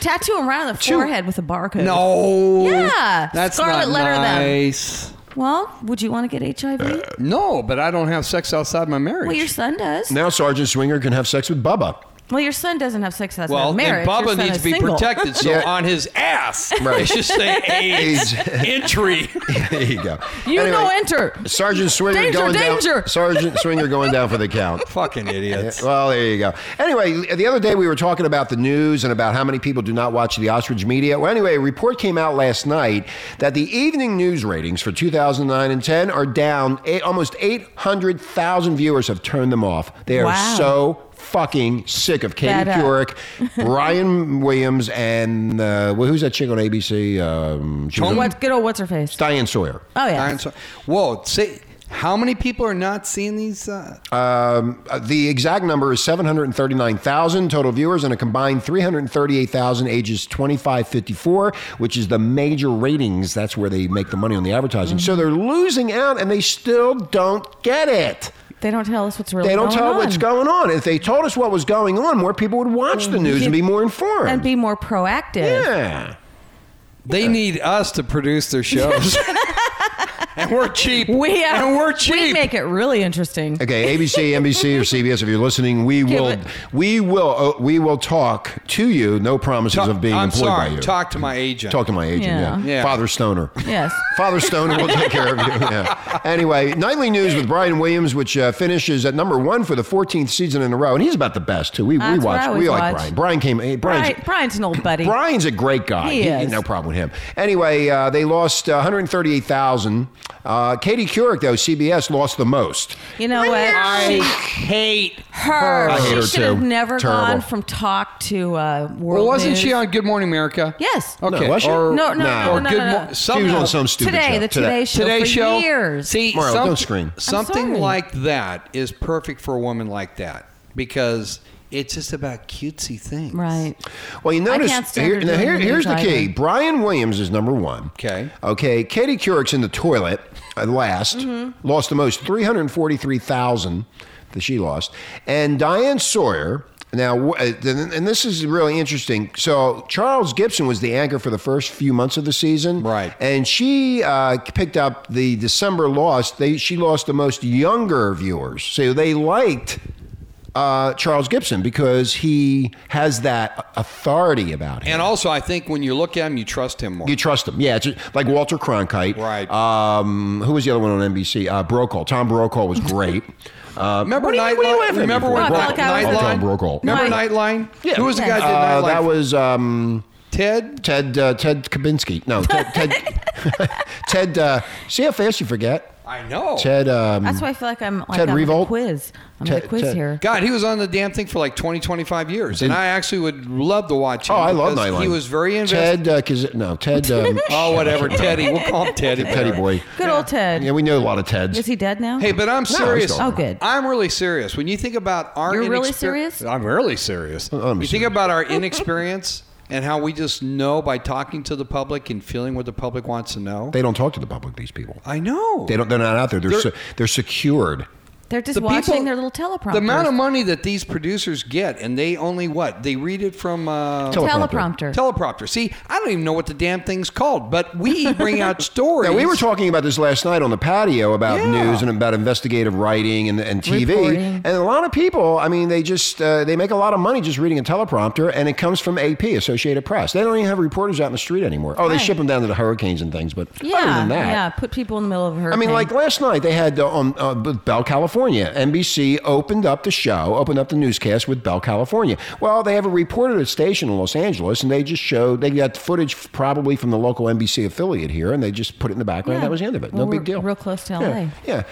Speaker 5: Tattoo him right on the
Speaker 3: Shoot.
Speaker 5: forehead with a barcode.
Speaker 6: No.
Speaker 5: Yeah,
Speaker 6: That's
Speaker 5: scarlet
Speaker 6: not
Speaker 5: letter them.
Speaker 6: nice.
Speaker 5: Well, would you want to get HIV?
Speaker 3: Uh,
Speaker 6: No, but I don't have sex outside my marriage.
Speaker 5: well, your son does.
Speaker 3: Now Sergeant Swinger can have sex with Bubba.
Speaker 5: Well, your son doesn't have sex outside
Speaker 6: well,
Speaker 5: of marriage.
Speaker 6: and
Speaker 5: Your son
Speaker 6: Bubba needs
Speaker 5: is
Speaker 6: to be
Speaker 5: single.
Speaker 6: protected. So
Speaker 3: Yeah.
Speaker 6: on his ass,
Speaker 3: Right.
Speaker 6: right. it's just say AIDS entry.
Speaker 3: there you go.
Speaker 5: You
Speaker 3: Anyway,
Speaker 5: know, enter.
Speaker 3: Sergeant Swinger
Speaker 5: Danger,
Speaker 3: going
Speaker 5: danger.
Speaker 3: down. Sergeant Swinger going down for the count.
Speaker 6: Fucking idiots.
Speaker 3: Well, there you go. Anyway, the other day we were talking about the news and about how many people do not watch the ostrich media. Well, anyway, a report came out last night that the evening news ratings for 2009 and 10 are down. Eight, almost 800,000 viewers have turned them off. They are
Speaker 5: Wow.
Speaker 3: so fucking sick of Katie
Speaker 5: Fed up.
Speaker 3: Couric, Ryan Williams, and uh, well, who's that chick on ABC? Um, she was on-
Speaker 5: What good old what's her face?
Speaker 3: Diane Sawyer.
Speaker 5: Oh yeah.
Speaker 6: Darn, so- Whoa, say how many people are not seeing these? Uh,
Speaker 3: Uh, the exact number is 739,000 total viewers and a combined 338,000 ages 25 54, which is the major ratings. That's where they make the money on the advertising. So they're losing out and they still don't get it.
Speaker 5: They don't tell us what's really
Speaker 3: They don't
Speaker 5: going
Speaker 3: tell
Speaker 5: on.
Speaker 3: what's going on. If they told us what was going on, more people would watch the news and be more informed.
Speaker 5: and be more proactive.
Speaker 3: yeah.
Speaker 6: they need us to produce their shows, and we're cheap.
Speaker 5: We are,
Speaker 6: and we're cheap.
Speaker 5: We make it really interesting.
Speaker 3: Okay, ABC, NBC, or CBS. If you're listening, we will,
Speaker 5: but-
Speaker 3: we will, uh, we will talk to you. No promises
Speaker 6: Talk-
Speaker 3: of being
Speaker 6: I'm
Speaker 3: employed
Speaker 6: sorry.
Speaker 3: by you.
Speaker 6: Talk to my agent.
Speaker 3: Talk to my agent. Yeah.
Speaker 5: Yeah.
Speaker 6: Yeah.
Speaker 3: Father Stoner.
Speaker 5: Yes.
Speaker 3: Father Stoner will take care of you. Yeah. Anyway, nightly news with Brian Williams, which uh, finishes at number one for the 14th season in a row, and he's about the best too. We we
Speaker 5: That's what
Speaker 3: watch.
Speaker 5: I
Speaker 3: We
Speaker 5: always
Speaker 3: like
Speaker 5: watch.
Speaker 3: Brian. Brian came. Hey, Brian's,
Speaker 5: Brian, Brian's an old buddy.
Speaker 3: Brian's a great guy.
Speaker 5: He is.
Speaker 3: No problem with him. Anyway, uh, they lost uh, 138,000. Uh, Katie Couric, though, CBS lost the most.
Speaker 5: You know what?
Speaker 6: I
Speaker 5: She-
Speaker 6: hate
Speaker 5: her.
Speaker 3: I hate
Speaker 5: she
Speaker 3: her
Speaker 5: should have
Speaker 3: too.
Speaker 5: never
Speaker 3: Terrible.
Speaker 5: gone from talk to uh, world.
Speaker 6: Well, wasn't
Speaker 5: news.
Speaker 6: she on Good Morning America?
Speaker 5: Yes. No,
Speaker 6: Okay. Oh,
Speaker 3: was she?
Speaker 6: Or,
Speaker 5: No,
Speaker 3: No.
Speaker 5: no, no, no,
Speaker 6: or
Speaker 5: no,
Speaker 6: Good
Speaker 5: no, no.
Speaker 6: Mo-
Speaker 3: She was
Speaker 6: somehow-
Speaker 3: on some stupid
Speaker 5: today,
Speaker 3: show.
Speaker 5: the Today Show.
Speaker 6: Today
Speaker 5: for
Speaker 6: show.
Speaker 5: Years.
Speaker 6: See,
Speaker 3: Marlo,
Speaker 6: some-
Speaker 3: don't scream. I'm
Speaker 6: Something
Speaker 5: sorry.
Speaker 6: like that is perfect for a woman like that because it's just about cutesy things.
Speaker 5: Right.
Speaker 3: Well, you
Speaker 5: I
Speaker 3: notice
Speaker 5: can't stand
Speaker 3: here,
Speaker 5: her
Speaker 3: now
Speaker 5: doing
Speaker 3: here-
Speaker 5: the
Speaker 3: here's the
Speaker 5: news
Speaker 3: key.
Speaker 5: either.
Speaker 3: Brian Williams is number one.
Speaker 6: Okay.
Speaker 3: Okay. Katie Couric's in the toilet at last.
Speaker 5: Mm-hmm.
Speaker 3: Lost the most, three hundred forty-three thousand that she lost, and Diane Sawyer. Now, wh- uh, and and this is really interesting. So Charles Gibson was the anchor for the first few months of the season,
Speaker 6: Right.
Speaker 3: And she uh, picked up the December loss. They she lost the most younger viewers, so they liked uh, Charles Gibson because he has that authority about him.
Speaker 6: And also, I think when you look at him, you trust him more.
Speaker 3: You trust him, yeah. It's just like Walter Cronkite,
Speaker 6: Right.
Speaker 3: Um, who was the other one on NBC? Uh, Brokaw. Tom Brokaw was great. Uh,
Speaker 6: remember
Speaker 3: what are you-
Speaker 6: Nightline?
Speaker 3: what are you laughing at
Speaker 6: remember
Speaker 3: me for?
Speaker 6: when
Speaker 5: Brokaw. Look,
Speaker 6: Night-
Speaker 5: I was-
Speaker 6: Nightline?
Speaker 3: Tom Brokaw.
Speaker 6: Remember
Speaker 5: No, I-
Speaker 6: Nightline?
Speaker 3: Yeah.
Speaker 6: Who was the guy that did
Speaker 3: Uh,
Speaker 6: Nightline?
Speaker 3: that was um,
Speaker 6: Ted.
Speaker 3: Ted uh, Ted Kabinsky. No, Ted. Ted, Ted uh, see how fast you forget.
Speaker 6: I know.
Speaker 3: Ted. Um,
Speaker 5: That's why I feel like I'm like
Speaker 3: Ted
Speaker 5: I'm on a
Speaker 3: Revolt?
Speaker 5: quiz. I'm on
Speaker 3: Ted-
Speaker 5: a quiz
Speaker 3: Ted-
Speaker 5: here.
Speaker 6: God, he was on the damn thing for like 20, 25 years. And I actually would love to watch him.
Speaker 3: oh, I love
Speaker 6: because
Speaker 3: Nightline.
Speaker 6: He was very invested.
Speaker 3: Ted. Uh, Kiz- no, Ted. Um,
Speaker 6: Oh, whatever. Teddy. We'll call him Teddy.
Speaker 3: Teddy boy.
Speaker 5: Good old Ted.
Speaker 3: Yeah, we know a lot of Teds.
Speaker 5: Is he dead now?
Speaker 6: Hey, but I'm
Speaker 3: he's
Speaker 6: serious.
Speaker 3: still
Speaker 5: alive. Oh, good.
Speaker 6: I'm really serious. When you think about our
Speaker 5: You're really
Speaker 6: inexper-
Speaker 5: serious?
Speaker 6: I'm really serious. you
Speaker 3: I'm
Speaker 6: think
Speaker 3: serious.
Speaker 6: about our inexperience and how we just know by talking to the public and feeling what the public wants to know.
Speaker 3: They don't talk to the public. These people.
Speaker 6: I know.
Speaker 3: They don't. They're not out there. They're
Speaker 6: They're-
Speaker 3: se- they're secured.
Speaker 5: They're just watching their little teleprompter.
Speaker 6: The amount of money that these producers get, and they only what? They read it from uh,
Speaker 5: teleprompter.
Speaker 6: teleprompter. See, I don't even know what the damn thing's called, but we bring out stories.
Speaker 3: Now, we were talking about this last night on the patio about
Speaker 6: Yeah.
Speaker 3: news and about investigative writing and, and TV.
Speaker 5: Reporting.
Speaker 3: And a lot of people, I mean, they just uh, they make a lot of money just reading a teleprompter, and it comes from AP, Associated Press. They don't even have reporters out in the street anymore. Oh, they
Speaker 5: Right.
Speaker 3: ship them down to the hurricanes and things, but
Speaker 5: Yeah,
Speaker 3: other than that,
Speaker 5: yeah. Put people in the middle of a
Speaker 3: I
Speaker 5: hurricane.
Speaker 3: mean, like last night, they had uh, on uh, with Bell California. NBC opened up the show, opened up the newscast with Bell California. Well, they have a reporter at a station in Los Angeles, and they just showed they got footage f- probably from the local NBC affiliate here, and they just put it in the background.
Speaker 5: Yeah.
Speaker 3: That was the end of it.
Speaker 5: Well,
Speaker 3: no
Speaker 5: we're
Speaker 3: big deal.
Speaker 5: real close to
Speaker 3: Yeah.
Speaker 5: LA.
Speaker 3: yeah.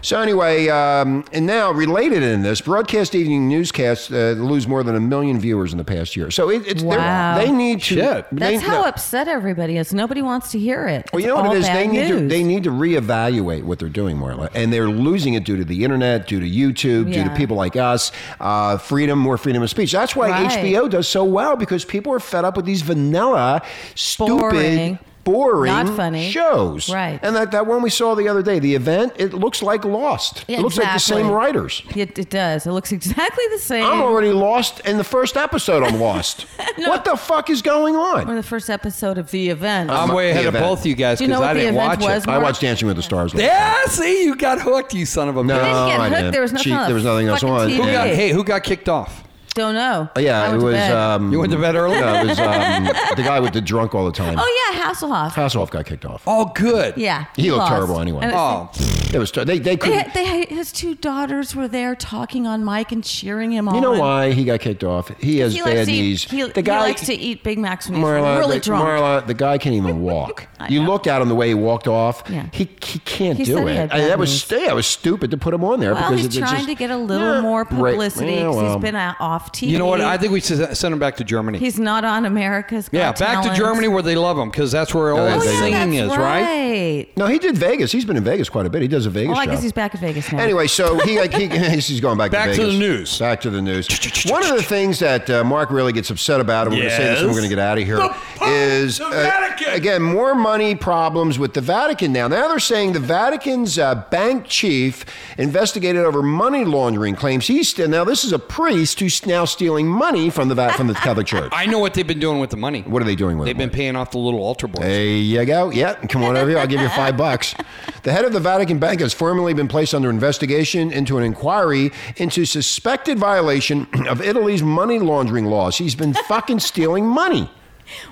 Speaker 3: So anyway, um, and now related in this, broadcast evening newscasts uh, lose more than a million viewers in the past year. So it, it's they're-
Speaker 5: Wow.
Speaker 3: they need to.
Speaker 6: Shit.
Speaker 3: they-
Speaker 5: That's how
Speaker 3: no.
Speaker 5: upset everybody is. Nobody wants to hear it.
Speaker 3: Well,
Speaker 5: It's
Speaker 3: you know what
Speaker 5: all
Speaker 3: it is. They
Speaker 5: bad
Speaker 3: need to
Speaker 5: news.
Speaker 3: they need to reevaluate what they're doing, Marla, and they're losing it due to the internet, due to YouTube, due to
Speaker 5: Yeah.
Speaker 3: people like us. Uh, freedom, more freedom of speech. That's why
Speaker 5: Right.
Speaker 3: HBO does so well because people are fed up with these vanilla, stupid, boring,
Speaker 5: Boring.
Speaker 3: boring
Speaker 5: Not funny.
Speaker 3: shows.
Speaker 5: Right.
Speaker 3: And that, that one we saw the other day, the event, it looks like Lost.
Speaker 5: Yeah,
Speaker 3: it looks like the
Speaker 5: exactly.
Speaker 3: same writers.
Speaker 5: It, it does. It looks exactly the same.
Speaker 3: I'm already lost in the first episode. I'm lost. What the fuck is going
Speaker 5: We're
Speaker 3: on?
Speaker 5: in the first episode of the event.
Speaker 6: I'm way ahead of
Speaker 3: event.
Speaker 6: both you guys
Speaker 5: Do you know
Speaker 6: because
Speaker 5: what
Speaker 6: I
Speaker 5: the
Speaker 6: didn't
Speaker 5: event
Speaker 6: watch
Speaker 5: was?
Speaker 6: it.
Speaker 3: I watched Dancing with the Stars. last night.
Speaker 6: Yeah, see, you got hooked, you son of a
Speaker 3: No,
Speaker 6: bitch.
Speaker 5: didn't get
Speaker 3: I
Speaker 5: hooked.
Speaker 3: didn't.
Speaker 5: There was nothing
Speaker 3: She-
Speaker 5: on
Speaker 3: there was nothing else
Speaker 5: fucking
Speaker 3: on.
Speaker 5: TV.
Speaker 6: Who got,
Speaker 5: Yeah.
Speaker 6: hey, who got kicked off?
Speaker 5: Don't know.
Speaker 3: Oh, yeah,
Speaker 5: I
Speaker 3: it
Speaker 5: went to
Speaker 3: was.
Speaker 5: bed.
Speaker 3: Um,
Speaker 6: You went to bed early?
Speaker 3: No, it was um, the guy with the drunk all the time.
Speaker 5: oh yeah, Hasselhoff.
Speaker 3: Hasselhoff got kicked off.
Speaker 6: Oh, good.
Speaker 5: yeah,
Speaker 3: He looked
Speaker 5: lost.
Speaker 3: terrible anyway.
Speaker 5: And it's
Speaker 6: Oh,
Speaker 3: It was. They they
Speaker 5: They,
Speaker 3: couldn't.
Speaker 5: had- they, had- his two daughters were there talking on mic and cheering him on.
Speaker 3: you know why he got kicked off? He has
Speaker 5: He likes,
Speaker 3: bad
Speaker 5: to
Speaker 3: knees.
Speaker 5: eat, he,
Speaker 3: the guy
Speaker 5: he likes to eat Big Macs when he's
Speaker 3: Marla,
Speaker 5: really
Speaker 3: the,
Speaker 5: drunk.
Speaker 3: Marla, the guy can't even walk.
Speaker 5: I
Speaker 3: you
Speaker 5: know.
Speaker 3: looked at him the way he walked off.
Speaker 5: Yeah.
Speaker 3: He, he can't
Speaker 5: He
Speaker 3: do
Speaker 5: said
Speaker 3: it.
Speaker 5: he had
Speaker 3: I mean,
Speaker 5: bad
Speaker 3: that was
Speaker 5: knees.
Speaker 3: st- yeah, it was stupid to put him on there
Speaker 5: well,
Speaker 3: because
Speaker 5: he's
Speaker 3: it's
Speaker 5: trying
Speaker 3: just-
Speaker 5: to get a little
Speaker 3: Yeah,
Speaker 5: more
Speaker 3: right.
Speaker 5: publicity
Speaker 3: Yeah,
Speaker 5: because
Speaker 3: well. um,
Speaker 5: he's been out off TV.
Speaker 6: you know what? I think we should send him back to Germany.
Speaker 5: he's not on America's.
Speaker 6: yeah,
Speaker 5: Got
Speaker 6: back to
Speaker 5: Talent.
Speaker 6: Germany where they love him because that's where all
Speaker 3: Oh,
Speaker 6: the
Speaker 3: yeah,
Speaker 6: singing
Speaker 5: That's
Speaker 6: is, right?
Speaker 5: right?
Speaker 3: No, he did Vegas. He's been in Vegas quite a bit. He does a Vegas
Speaker 5: Well, I guess
Speaker 3: show.
Speaker 5: he's back at Vegas now.
Speaker 3: Anyway, so he, like, he he's going back,
Speaker 6: Back
Speaker 3: to
Speaker 6: to
Speaker 3: Vegas.
Speaker 6: the news.
Speaker 3: Back to the news. One of the things that uh, Mark really gets upset about, and we're going to say this, and we're
Speaker 6: Yes.
Speaker 3: going to get out of here,
Speaker 2: The Pope,
Speaker 3: is uh,
Speaker 2: the Vatican.
Speaker 3: again more money problems with the Vatican. Now, now they're saying the Vatican's uh, bank chief investigated over money laundering claims. He's still now this is a priest who's now stealing money from the Va- from the Catholic Church.
Speaker 6: I know what they've been doing with the money.
Speaker 3: What are they doing with
Speaker 6: They've
Speaker 3: it?
Speaker 6: been paying off the little altar boys.
Speaker 3: There you go. Yeah, come on over here. I'll give you five bucks. The head of the Vatican Bank has formally been placed under investigation into an inquiry into suspected violation of Italy's money laundering laws. He's been fucking stealing money.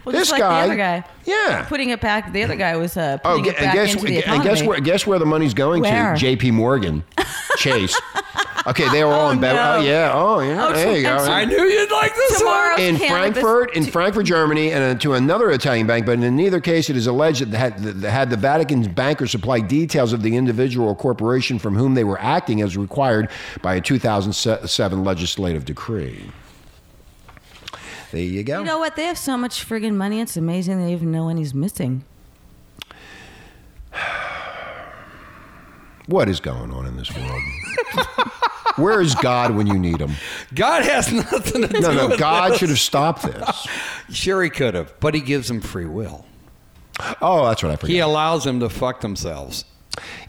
Speaker 5: well,
Speaker 3: this
Speaker 5: just like
Speaker 3: guy-
Speaker 5: the other guy.
Speaker 3: Yeah.
Speaker 5: putting it back. The other guy was uh,
Speaker 3: Oh,
Speaker 5: putting
Speaker 3: gu-
Speaker 5: it
Speaker 3: and
Speaker 5: back
Speaker 3: guess
Speaker 5: into the
Speaker 3: and
Speaker 5: economy.
Speaker 3: guess where guess where the money's going
Speaker 5: Where?
Speaker 3: to? J.P. Morgan, Chase. Okay, they were all
Speaker 5: Oh,
Speaker 3: in bed.
Speaker 5: no.
Speaker 3: Oh yeah. Oh yeah.
Speaker 5: Oh,
Speaker 3: there you
Speaker 5: so-
Speaker 3: go.
Speaker 5: and so-
Speaker 6: I knew you'd like this
Speaker 5: Tomorrow-
Speaker 6: one.
Speaker 3: in
Speaker 5: cannabis
Speaker 3: Frankfurt, in Frankfurt, Germany, and uh, to another Italian bank. But in neither case, it is alleged that had the, had the Vatican's banker supplied details of the individual or corporation from whom they were acting, as required by a 2007 legislative decree. There you go.
Speaker 5: You know what? They have so much friggin' money. It's amazing they even know when he's missing.
Speaker 3: what is going on in this world? Where is God when you need him?
Speaker 6: God has nothing to do
Speaker 3: No, no,
Speaker 6: with
Speaker 3: God
Speaker 6: this.
Speaker 3: should have stopped this.
Speaker 6: Sure, he could have, but he gives them free will.
Speaker 3: Oh, that's what I
Speaker 6: He
Speaker 3: forgot.
Speaker 6: allows them to fuck themselves.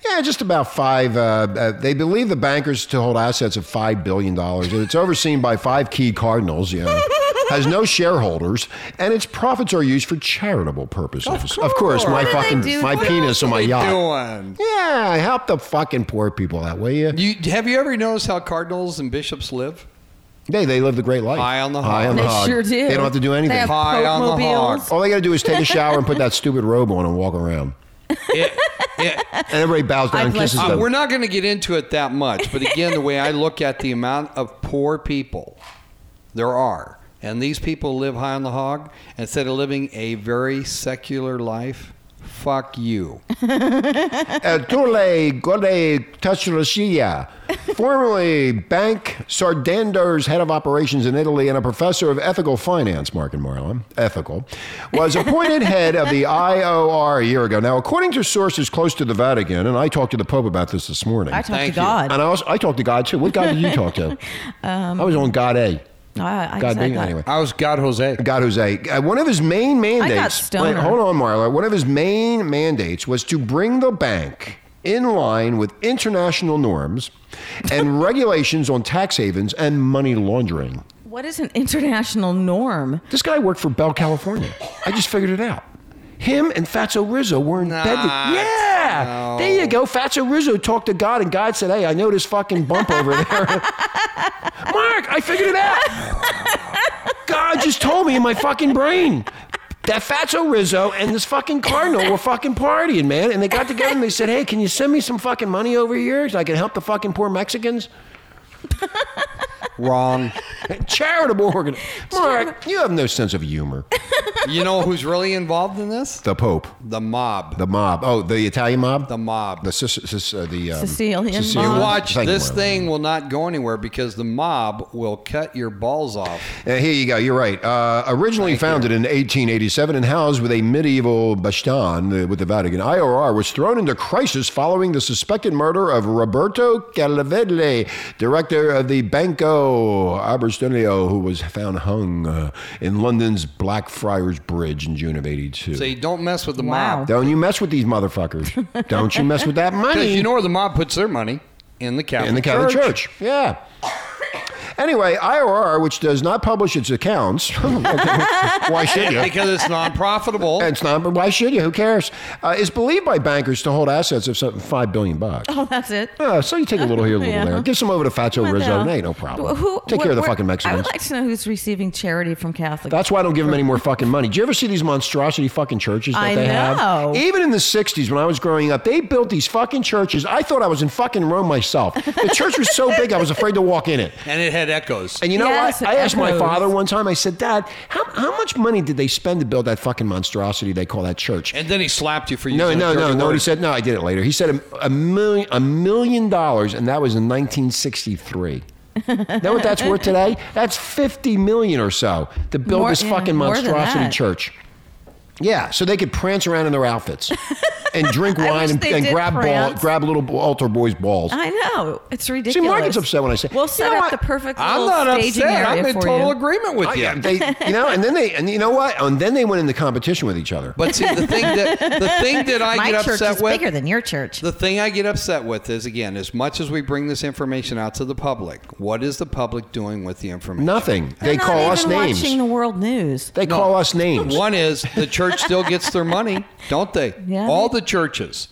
Speaker 3: Yeah, just about five. Uh, uh, they believe the bankers to hold assets of five billion dollars, and it's overseen by five key cardinals. You know, has no shareholders, and its profits are used for charitable purposes. Of course, my
Speaker 6: What do they
Speaker 3: fucking
Speaker 5: do?
Speaker 3: my
Speaker 5: What
Speaker 3: penis on my
Speaker 6: What
Speaker 3: yacht.
Speaker 6: are you doing?
Speaker 3: Yeah, help the fucking poor people that way. You?
Speaker 6: You, have you ever noticed how cardinals and bishops live?
Speaker 3: They they live the great life.
Speaker 6: High on the
Speaker 3: High
Speaker 6: hog.
Speaker 3: on the
Speaker 5: They
Speaker 3: hog.
Speaker 5: sure do.
Speaker 3: Oh, They don't have to do
Speaker 5: They
Speaker 3: anything.
Speaker 5: have
Speaker 6: High on the
Speaker 5: Pope-mobiles.
Speaker 6: hog.
Speaker 3: All they got to do is take a shower and put that stupid robe on and walk around,
Speaker 6: It- it-
Speaker 3: and everybody bows down
Speaker 5: I'd
Speaker 3: and
Speaker 5: like-
Speaker 3: kisses
Speaker 6: uh,
Speaker 3: them.
Speaker 6: we're not going to get into it that much, but again, the way I look at the amount of poor people there are, and these people live high on the hog, instead of living a very secular life, fuck you.
Speaker 3: Uh, Tule Gode Tashrashia, formerly Bank Sardander's head of operations in Italy and a professor of ethical finance, Mark and Marlon, ethical, was appointed head of the IOR a year ago. Now, according to sources close to the Vatican, and I talked to the Pope about this this morning,
Speaker 5: I talked to
Speaker 6: Thank you.
Speaker 5: God.
Speaker 3: and I, also, I talked to God too. What God did you talk to? I was on God A.
Speaker 5: I, I
Speaker 3: God
Speaker 5: said
Speaker 3: B,
Speaker 5: that.
Speaker 3: anyway.
Speaker 6: I was God Jose.
Speaker 3: God Jose. Uh, one of his main mandates.
Speaker 5: stoner.
Speaker 3: Wait, hold on, Marla. One of his main mandates was to bring the bank in line with international norms and regulations on tax havens and money laundering.
Speaker 5: What is an international norm?
Speaker 3: This guy worked for Bell California. I just figured it out. Him and Fatso Rizzo were in bed. with-
Speaker 6: Nah,
Speaker 3: yeah,
Speaker 6: no.
Speaker 3: there you go. Fatso Rizzo talked to God, and God said, "Hey, I know this fucking bump over there, Mark. I figured it out. God just told me in my fucking brain." That Fatso Rizzo and this fucking Cardinal were fucking partying, man. And they got together and they said, "Hey, can you send me some fucking money over here so I can help the fucking poor Mexicans?"
Speaker 6: Wrong.
Speaker 3: Charitable organ. Mark, you have no sense of humor.
Speaker 6: You know who's really involved in this?
Speaker 3: The Pope.
Speaker 6: The mob.
Speaker 3: The mob. Oh, the Italian mob.
Speaker 6: The mob.
Speaker 3: The sis, sis, uh, the um,
Speaker 5: Sicilian
Speaker 6: You
Speaker 5: mob.
Speaker 6: watch
Speaker 3: Thank you,
Speaker 6: this
Speaker 3: Marlon.
Speaker 6: thing will not go anywhere because the mob will cut your balls off.
Speaker 3: Uh, here you go. You're right. Uh, originally founded in 1887 and housed with a medieval bastion uh, with the Vatican, IOR was thrown into crisis following the suspected murder of Roberto Calavedle, director of the Banco Arsenio Abristonio, who was found hung uh, in London's Blackfriars Bridge in June of 82.
Speaker 6: So you don't mess with the
Speaker 5: Wow.
Speaker 6: mob.
Speaker 3: Don't you mess with these motherfuckers. Don't you mess with that money.
Speaker 6: Because you know where the mob puts their money? In the Catholic
Speaker 3: in the Catholic Church. Yeah. Anyway, IRR, which does not publish its accounts, why should you?
Speaker 6: because it's non profitable.
Speaker 3: It's not, but why should you? Who cares? Uh, is believed by bankers to hold assets of some five billion bucks.
Speaker 5: Oh, that's it.
Speaker 3: Uh, so you take a little here, a little
Speaker 5: Yeah.
Speaker 3: there. Give some over to Fatso
Speaker 5: What the
Speaker 3: Rizzo.
Speaker 5: hell?
Speaker 3: Hey, no problem.
Speaker 5: Who-
Speaker 3: take care of the
Speaker 5: where-
Speaker 3: fucking
Speaker 5: I
Speaker 3: Mexicans.
Speaker 5: would like to know who's receiving charity from Catholic.
Speaker 3: That's why I don't give them any more fucking money. Do you ever see these monstrosity fucking churches that
Speaker 5: I
Speaker 3: they
Speaker 5: know.
Speaker 3: have? Even in the 60s when I was growing up, they built these fucking churches. I thought I was in fucking Rome myself. The church was so big I was afraid to walk in it.
Speaker 6: and it had echoes.
Speaker 3: And you know
Speaker 5: Yes,
Speaker 3: what? I
Speaker 5: it
Speaker 3: asked my
Speaker 5: echoes.
Speaker 3: father one time, I said, Dad, how, how much money did they spend to build that fucking monstrosity they call that church?
Speaker 6: And then he slapped you for
Speaker 3: no,
Speaker 6: using
Speaker 3: no,
Speaker 6: a dirty
Speaker 3: no, no.
Speaker 6: word.
Speaker 3: What he said? No, I did it later. He said a, a million, a million dollars, and that was in 1963. know what that's worth today? That's 50 million or so to build
Speaker 5: More-
Speaker 3: this
Speaker 5: yeah,
Speaker 3: fucking
Speaker 5: more than
Speaker 3: monstrosity
Speaker 5: that.
Speaker 3: church. Yeah, so they could prance around in their outfits and drink
Speaker 5: I
Speaker 3: wine
Speaker 5: wish
Speaker 3: and,
Speaker 5: they
Speaker 3: and
Speaker 5: did
Speaker 3: grab ball,
Speaker 5: prance.
Speaker 3: grab little altar boys' balls.
Speaker 5: I know it's ridiculous.
Speaker 3: gets upset when I say- You
Speaker 5: We'll set
Speaker 3: know
Speaker 5: up
Speaker 3: what?
Speaker 5: the perfect
Speaker 6: I'm
Speaker 5: little
Speaker 6: not
Speaker 5: staging
Speaker 6: upset.
Speaker 5: area
Speaker 6: I'm in
Speaker 5: for
Speaker 6: total
Speaker 5: you.
Speaker 6: agreement with
Speaker 3: I-
Speaker 6: you.
Speaker 3: they, you know, and then they, and you know what? And then they went into competition with each other.
Speaker 6: but see, the thing that the thing that I
Speaker 5: My
Speaker 6: get
Speaker 5: church
Speaker 6: upset
Speaker 5: is
Speaker 6: with
Speaker 5: bigger than your church.
Speaker 6: The thing I get upset with is again, as much as we bring this information out to the public, what is the public doing with the information?
Speaker 3: Nothing.
Speaker 5: They're
Speaker 3: They
Speaker 5: not
Speaker 3: call
Speaker 5: even
Speaker 3: us names.
Speaker 5: Watching the world news.
Speaker 3: They call us names.
Speaker 6: One is the church still gets their money, don't they?
Speaker 5: Yeah.
Speaker 6: All the churches.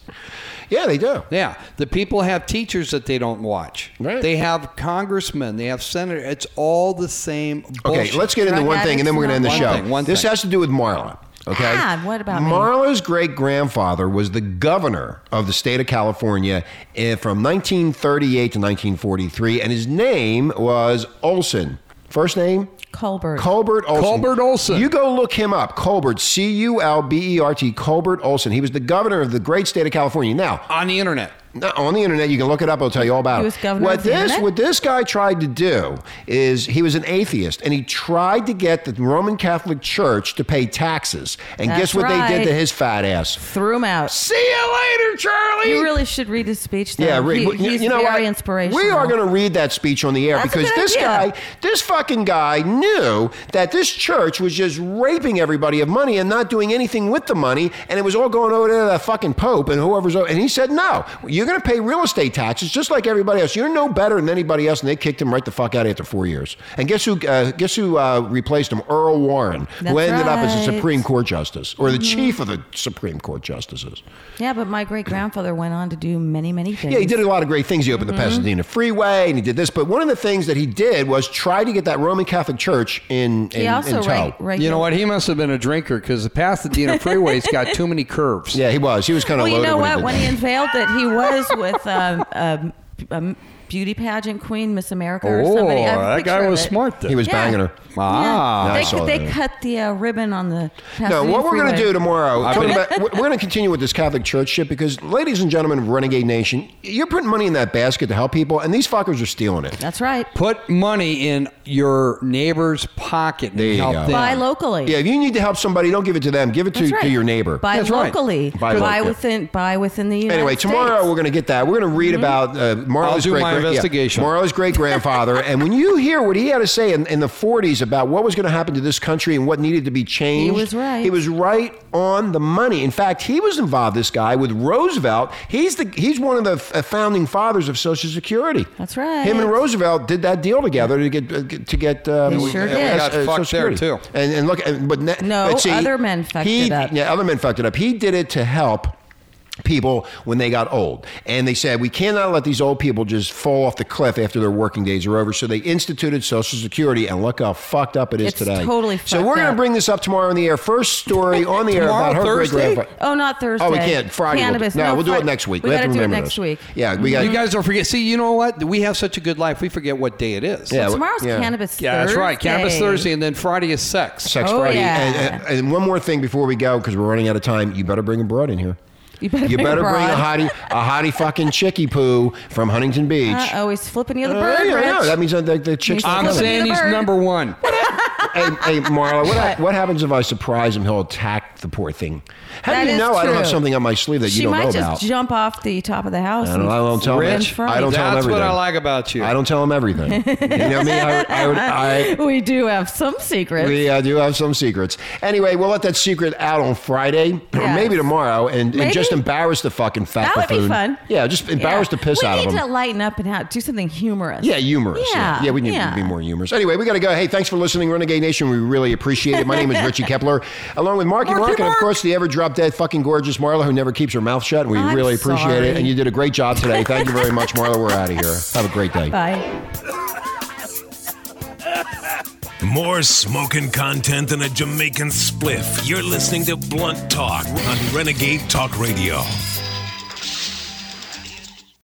Speaker 3: Yeah, they do.
Speaker 6: Yeah. The people have teachers that they don't watch.
Speaker 3: Right.
Speaker 6: They have congressmen, they have senator. It's all the same
Speaker 3: Okay,
Speaker 6: bullshit.
Speaker 3: let's get into
Speaker 5: Drug
Speaker 3: one thing, and then we're going to end the
Speaker 6: One
Speaker 3: show.
Speaker 6: thing, one
Speaker 3: this
Speaker 6: thing.
Speaker 3: has to do with Marla. Okay.
Speaker 5: Ah, what about me?
Speaker 3: Marla's great grandfather was the governor of the state of California eh, from 1938 to 1943, and his name was Olson. First name
Speaker 5: Colbert.
Speaker 3: Colbert Olson.
Speaker 6: Colbert Olson.
Speaker 3: You go look him up. Colbert, C U L B E R T. Colbert Olson. He was the governor of the great state of California. Now,
Speaker 6: on the internet.
Speaker 3: no, on the internet, you can look it up. I'll tell you all about
Speaker 5: He
Speaker 3: it.
Speaker 5: was governor
Speaker 3: what
Speaker 5: of the
Speaker 3: this
Speaker 5: internet?
Speaker 3: what this guy tried to do is he was an atheist and he tried to get the Roman Catholic Church to pay taxes. And
Speaker 5: That's
Speaker 3: guess what they did
Speaker 5: right.
Speaker 3: to his fat ass?
Speaker 5: Threw him out.
Speaker 3: See you later, Charlie.
Speaker 5: You really should read his speech. Though.
Speaker 3: yeah, read.
Speaker 5: He-
Speaker 3: well, you-
Speaker 5: he's
Speaker 3: you know
Speaker 5: very
Speaker 3: what?
Speaker 5: inspirational.
Speaker 3: We are going to read that speech on the air
Speaker 5: That's a
Speaker 3: because
Speaker 5: good
Speaker 3: this
Speaker 5: idea.
Speaker 3: guy, this fucking guy, knew that this church was just raping everybody of money and not doing anything with the money, and it was all going over to that fucking pope and whoever's. o- And he said, "No, you're going to pay real estate taxes just like everybody else. You're no better than anybody else." And they kicked him right the fuck out after four years. And guess who? Uh, guess who uh, replaced him? Earl Warren, who
Speaker 5: That's
Speaker 3: ended up as a
Speaker 5: right. Mm-hmm.
Speaker 3: Supreme Court justice or the chief of the Supreme Court justices.
Speaker 5: Yeah, but my great grandfather went on to do many, many things. Mm-hmm.
Speaker 3: Yeah, he did a lot of great things. He opened the Pasadena Freeway and he did this. But one of the things that he did was try to get that Roman Catholic Church in, in,
Speaker 5: He also
Speaker 3: in tow.
Speaker 5: right, right.
Speaker 6: You know what? He must have been a drinker because the Pasadena freeway's got too many curves.
Speaker 3: Yeah, he was. He was kind of
Speaker 5: Well, you
Speaker 3: loaded
Speaker 5: know
Speaker 3: when he
Speaker 5: what?
Speaker 3: did
Speaker 5: When
Speaker 3: that.
Speaker 5: he unveiled that he was with um, um, um, beauty pageant queen, Miss America, or
Speaker 6: Oh,
Speaker 5: somebody. I have a
Speaker 6: that
Speaker 5: picture
Speaker 6: guy
Speaker 5: of
Speaker 6: was
Speaker 5: it.
Speaker 6: smart then.
Speaker 3: He was
Speaker 5: Yeah.
Speaker 3: banging her.
Speaker 6: Ah.
Speaker 5: Yeah.
Speaker 3: I
Speaker 5: They,
Speaker 3: saw
Speaker 5: they
Speaker 3: that.
Speaker 5: cut the uh, ribbon on the.
Speaker 3: No,
Speaker 5: Pasadena
Speaker 3: what we're going to
Speaker 5: freeway.
Speaker 3: do tomorrow,
Speaker 6: I've
Speaker 3: talking
Speaker 6: been-
Speaker 3: about- we're going to continue with this Catholic Church shit because, ladies and gentlemen of Renegade Nation, you're putting money in that basket to help people, and these fuckers are stealing it.
Speaker 5: That's right.
Speaker 6: Put money in your neighbor's pocket and
Speaker 3: There you
Speaker 6: help
Speaker 3: go.
Speaker 6: them.
Speaker 5: Buy locally.
Speaker 3: Yeah, if you need to help somebody, don't give it to them. Give it to,
Speaker 5: That's right.
Speaker 3: to your neighbor.
Speaker 5: Buy
Speaker 6: That's right.
Speaker 5: locally.
Speaker 3: Buy local.
Speaker 5: within. Buy within the United
Speaker 3: Anyway, tomorrow
Speaker 5: States. Mm-hmm.
Speaker 3: we're going to get that. We're going to read about uh,
Speaker 6: I'll
Speaker 3: Marlo's
Speaker 6: do
Speaker 3: great
Speaker 6: my investigation.
Speaker 3: Yeah, Marlo's great grandfather, and when you hear what he had to say in, in the '40s about what was going to happen to this country and what needed to be changed,
Speaker 5: was right.
Speaker 3: He was right on the money. In fact, he was involved. This guy with Roosevelt. He's the he's one of the f- uh, founding fathers of Social Security.
Speaker 5: That's right.
Speaker 3: Him and Roosevelt did that deal together to get uh, get- to get. Um,
Speaker 5: They sure
Speaker 3: uh,
Speaker 5: did.
Speaker 3: uh,
Speaker 6: Got
Speaker 3: Social
Speaker 6: fucked there,
Speaker 3: Security.
Speaker 6: too.
Speaker 3: And, and look, and- but ne-
Speaker 5: No,
Speaker 3: but see,
Speaker 5: other men fucked
Speaker 3: he-
Speaker 5: it up.
Speaker 3: Yeah, other men fucked it up. He did it to help people when they got old. And they said, we cannot let these old people just fall off the cliff after their working days are over. So they instituted Social Security, and look how fucked up it is
Speaker 5: It's
Speaker 3: today.
Speaker 5: totally
Speaker 3: So
Speaker 5: fucked
Speaker 3: we're going to
Speaker 5: up.
Speaker 3: bring this up tomorrow on the air. First story on the air
Speaker 6: Tomorrow,
Speaker 3: about her great
Speaker 6: Thursday?
Speaker 3: grandfather.
Speaker 5: Oh, not Thursday.
Speaker 3: Oh, we can't. Friday. we'll-
Speaker 5: Cannabis.
Speaker 3: no, we'll do
Speaker 5: Fri-
Speaker 3: it next week.
Speaker 5: We,
Speaker 3: have
Speaker 5: got
Speaker 3: to
Speaker 5: to do it
Speaker 3: remember
Speaker 5: next
Speaker 3: this.
Speaker 5: week.
Speaker 3: Yeah, we got.
Speaker 6: You guys don't forget. See, you know what? We have such a good life. We forget what day it is.
Speaker 3: Yeah, we-
Speaker 5: Tomorrow's
Speaker 3: yeah.
Speaker 5: cannabis.
Speaker 6: Yeah, that's right. Cannabis
Speaker 5: Thursday.
Speaker 6: Thursday, and then Friday is sex.
Speaker 3: Sex
Speaker 5: Oh,
Speaker 3: Friday.
Speaker 5: yeah.
Speaker 3: And, and- and one more thing before we go, because we're running out of time. You better bring a broad in here.
Speaker 5: You better,
Speaker 3: You better bring a
Speaker 5: broad.
Speaker 3: hottie, a hottie fucking chickie poo from Huntington Beach.
Speaker 5: Uh-oh, he's flipping you the
Speaker 3: Uh,
Speaker 5: bird.
Speaker 3: yeah, yeah,
Speaker 5: Rich.
Speaker 3: that means that the, the chicks.
Speaker 5: He's
Speaker 3: not
Speaker 6: I'm
Speaker 5: Look at
Speaker 3: coming.
Speaker 6: saying
Speaker 5: the
Speaker 6: he's
Speaker 5: bird.
Speaker 6: number one.
Speaker 3: hey, hey, Marla, what, ha- what happens if I surprise him? He'll attack the poor thing. How
Speaker 5: That
Speaker 3: do you
Speaker 5: is
Speaker 3: know I don't have
Speaker 5: true.
Speaker 3: something on my sleeve that
Speaker 5: she
Speaker 3: you don't
Speaker 5: might
Speaker 3: know
Speaker 5: just
Speaker 3: about?
Speaker 5: jump off the top of the house.
Speaker 3: I don't,
Speaker 5: and
Speaker 3: I don't tell
Speaker 5: run
Speaker 3: him.
Speaker 5: from
Speaker 3: I
Speaker 5: you.
Speaker 3: don't tell him
Speaker 6: That's
Speaker 3: everything.
Speaker 6: what I like about you.
Speaker 3: I don't tell him everything. you know me. I, I, would, I
Speaker 5: we do have some secrets.
Speaker 3: we uh, do have some secrets. Anyway, we'll let that secret out on Friday, or
Speaker 5: Yes.
Speaker 3: maybe tomorrow, and, and
Speaker 5: Maybe.
Speaker 3: just embarrass the fucking fat
Speaker 5: That would be
Speaker 3: buffoon.
Speaker 5: fun.
Speaker 3: Yeah, just embarrass the piss
Speaker 5: we
Speaker 3: out of
Speaker 5: need
Speaker 3: him.
Speaker 5: to lighten up and have, do something humorous.
Speaker 3: Yeah, humorous. Yeah,
Speaker 5: Yeah,
Speaker 3: yeah, we need
Speaker 5: yeah.
Speaker 3: to be more humorous. Anyway, we got to go. Hey, thanks for listening, Renegade Nation. We really appreciate it. My name is Richie Kepler, along with Marky Mark,
Speaker 5: Marky
Speaker 3: and of
Speaker 5: Mark.
Speaker 3: course the ever drop dead fucking gorgeous Marla, who never keeps her mouth shut. And we
Speaker 5: I'm
Speaker 3: really appreciate
Speaker 5: sorry.
Speaker 3: it. And you did a great job today. Thank you very much, Marla. We're out of here. Have a great day.
Speaker 5: Bye.
Speaker 2: More smoking content than a Jamaican spliff. You're listening to Blunt Talk on Renegade Talk Radio.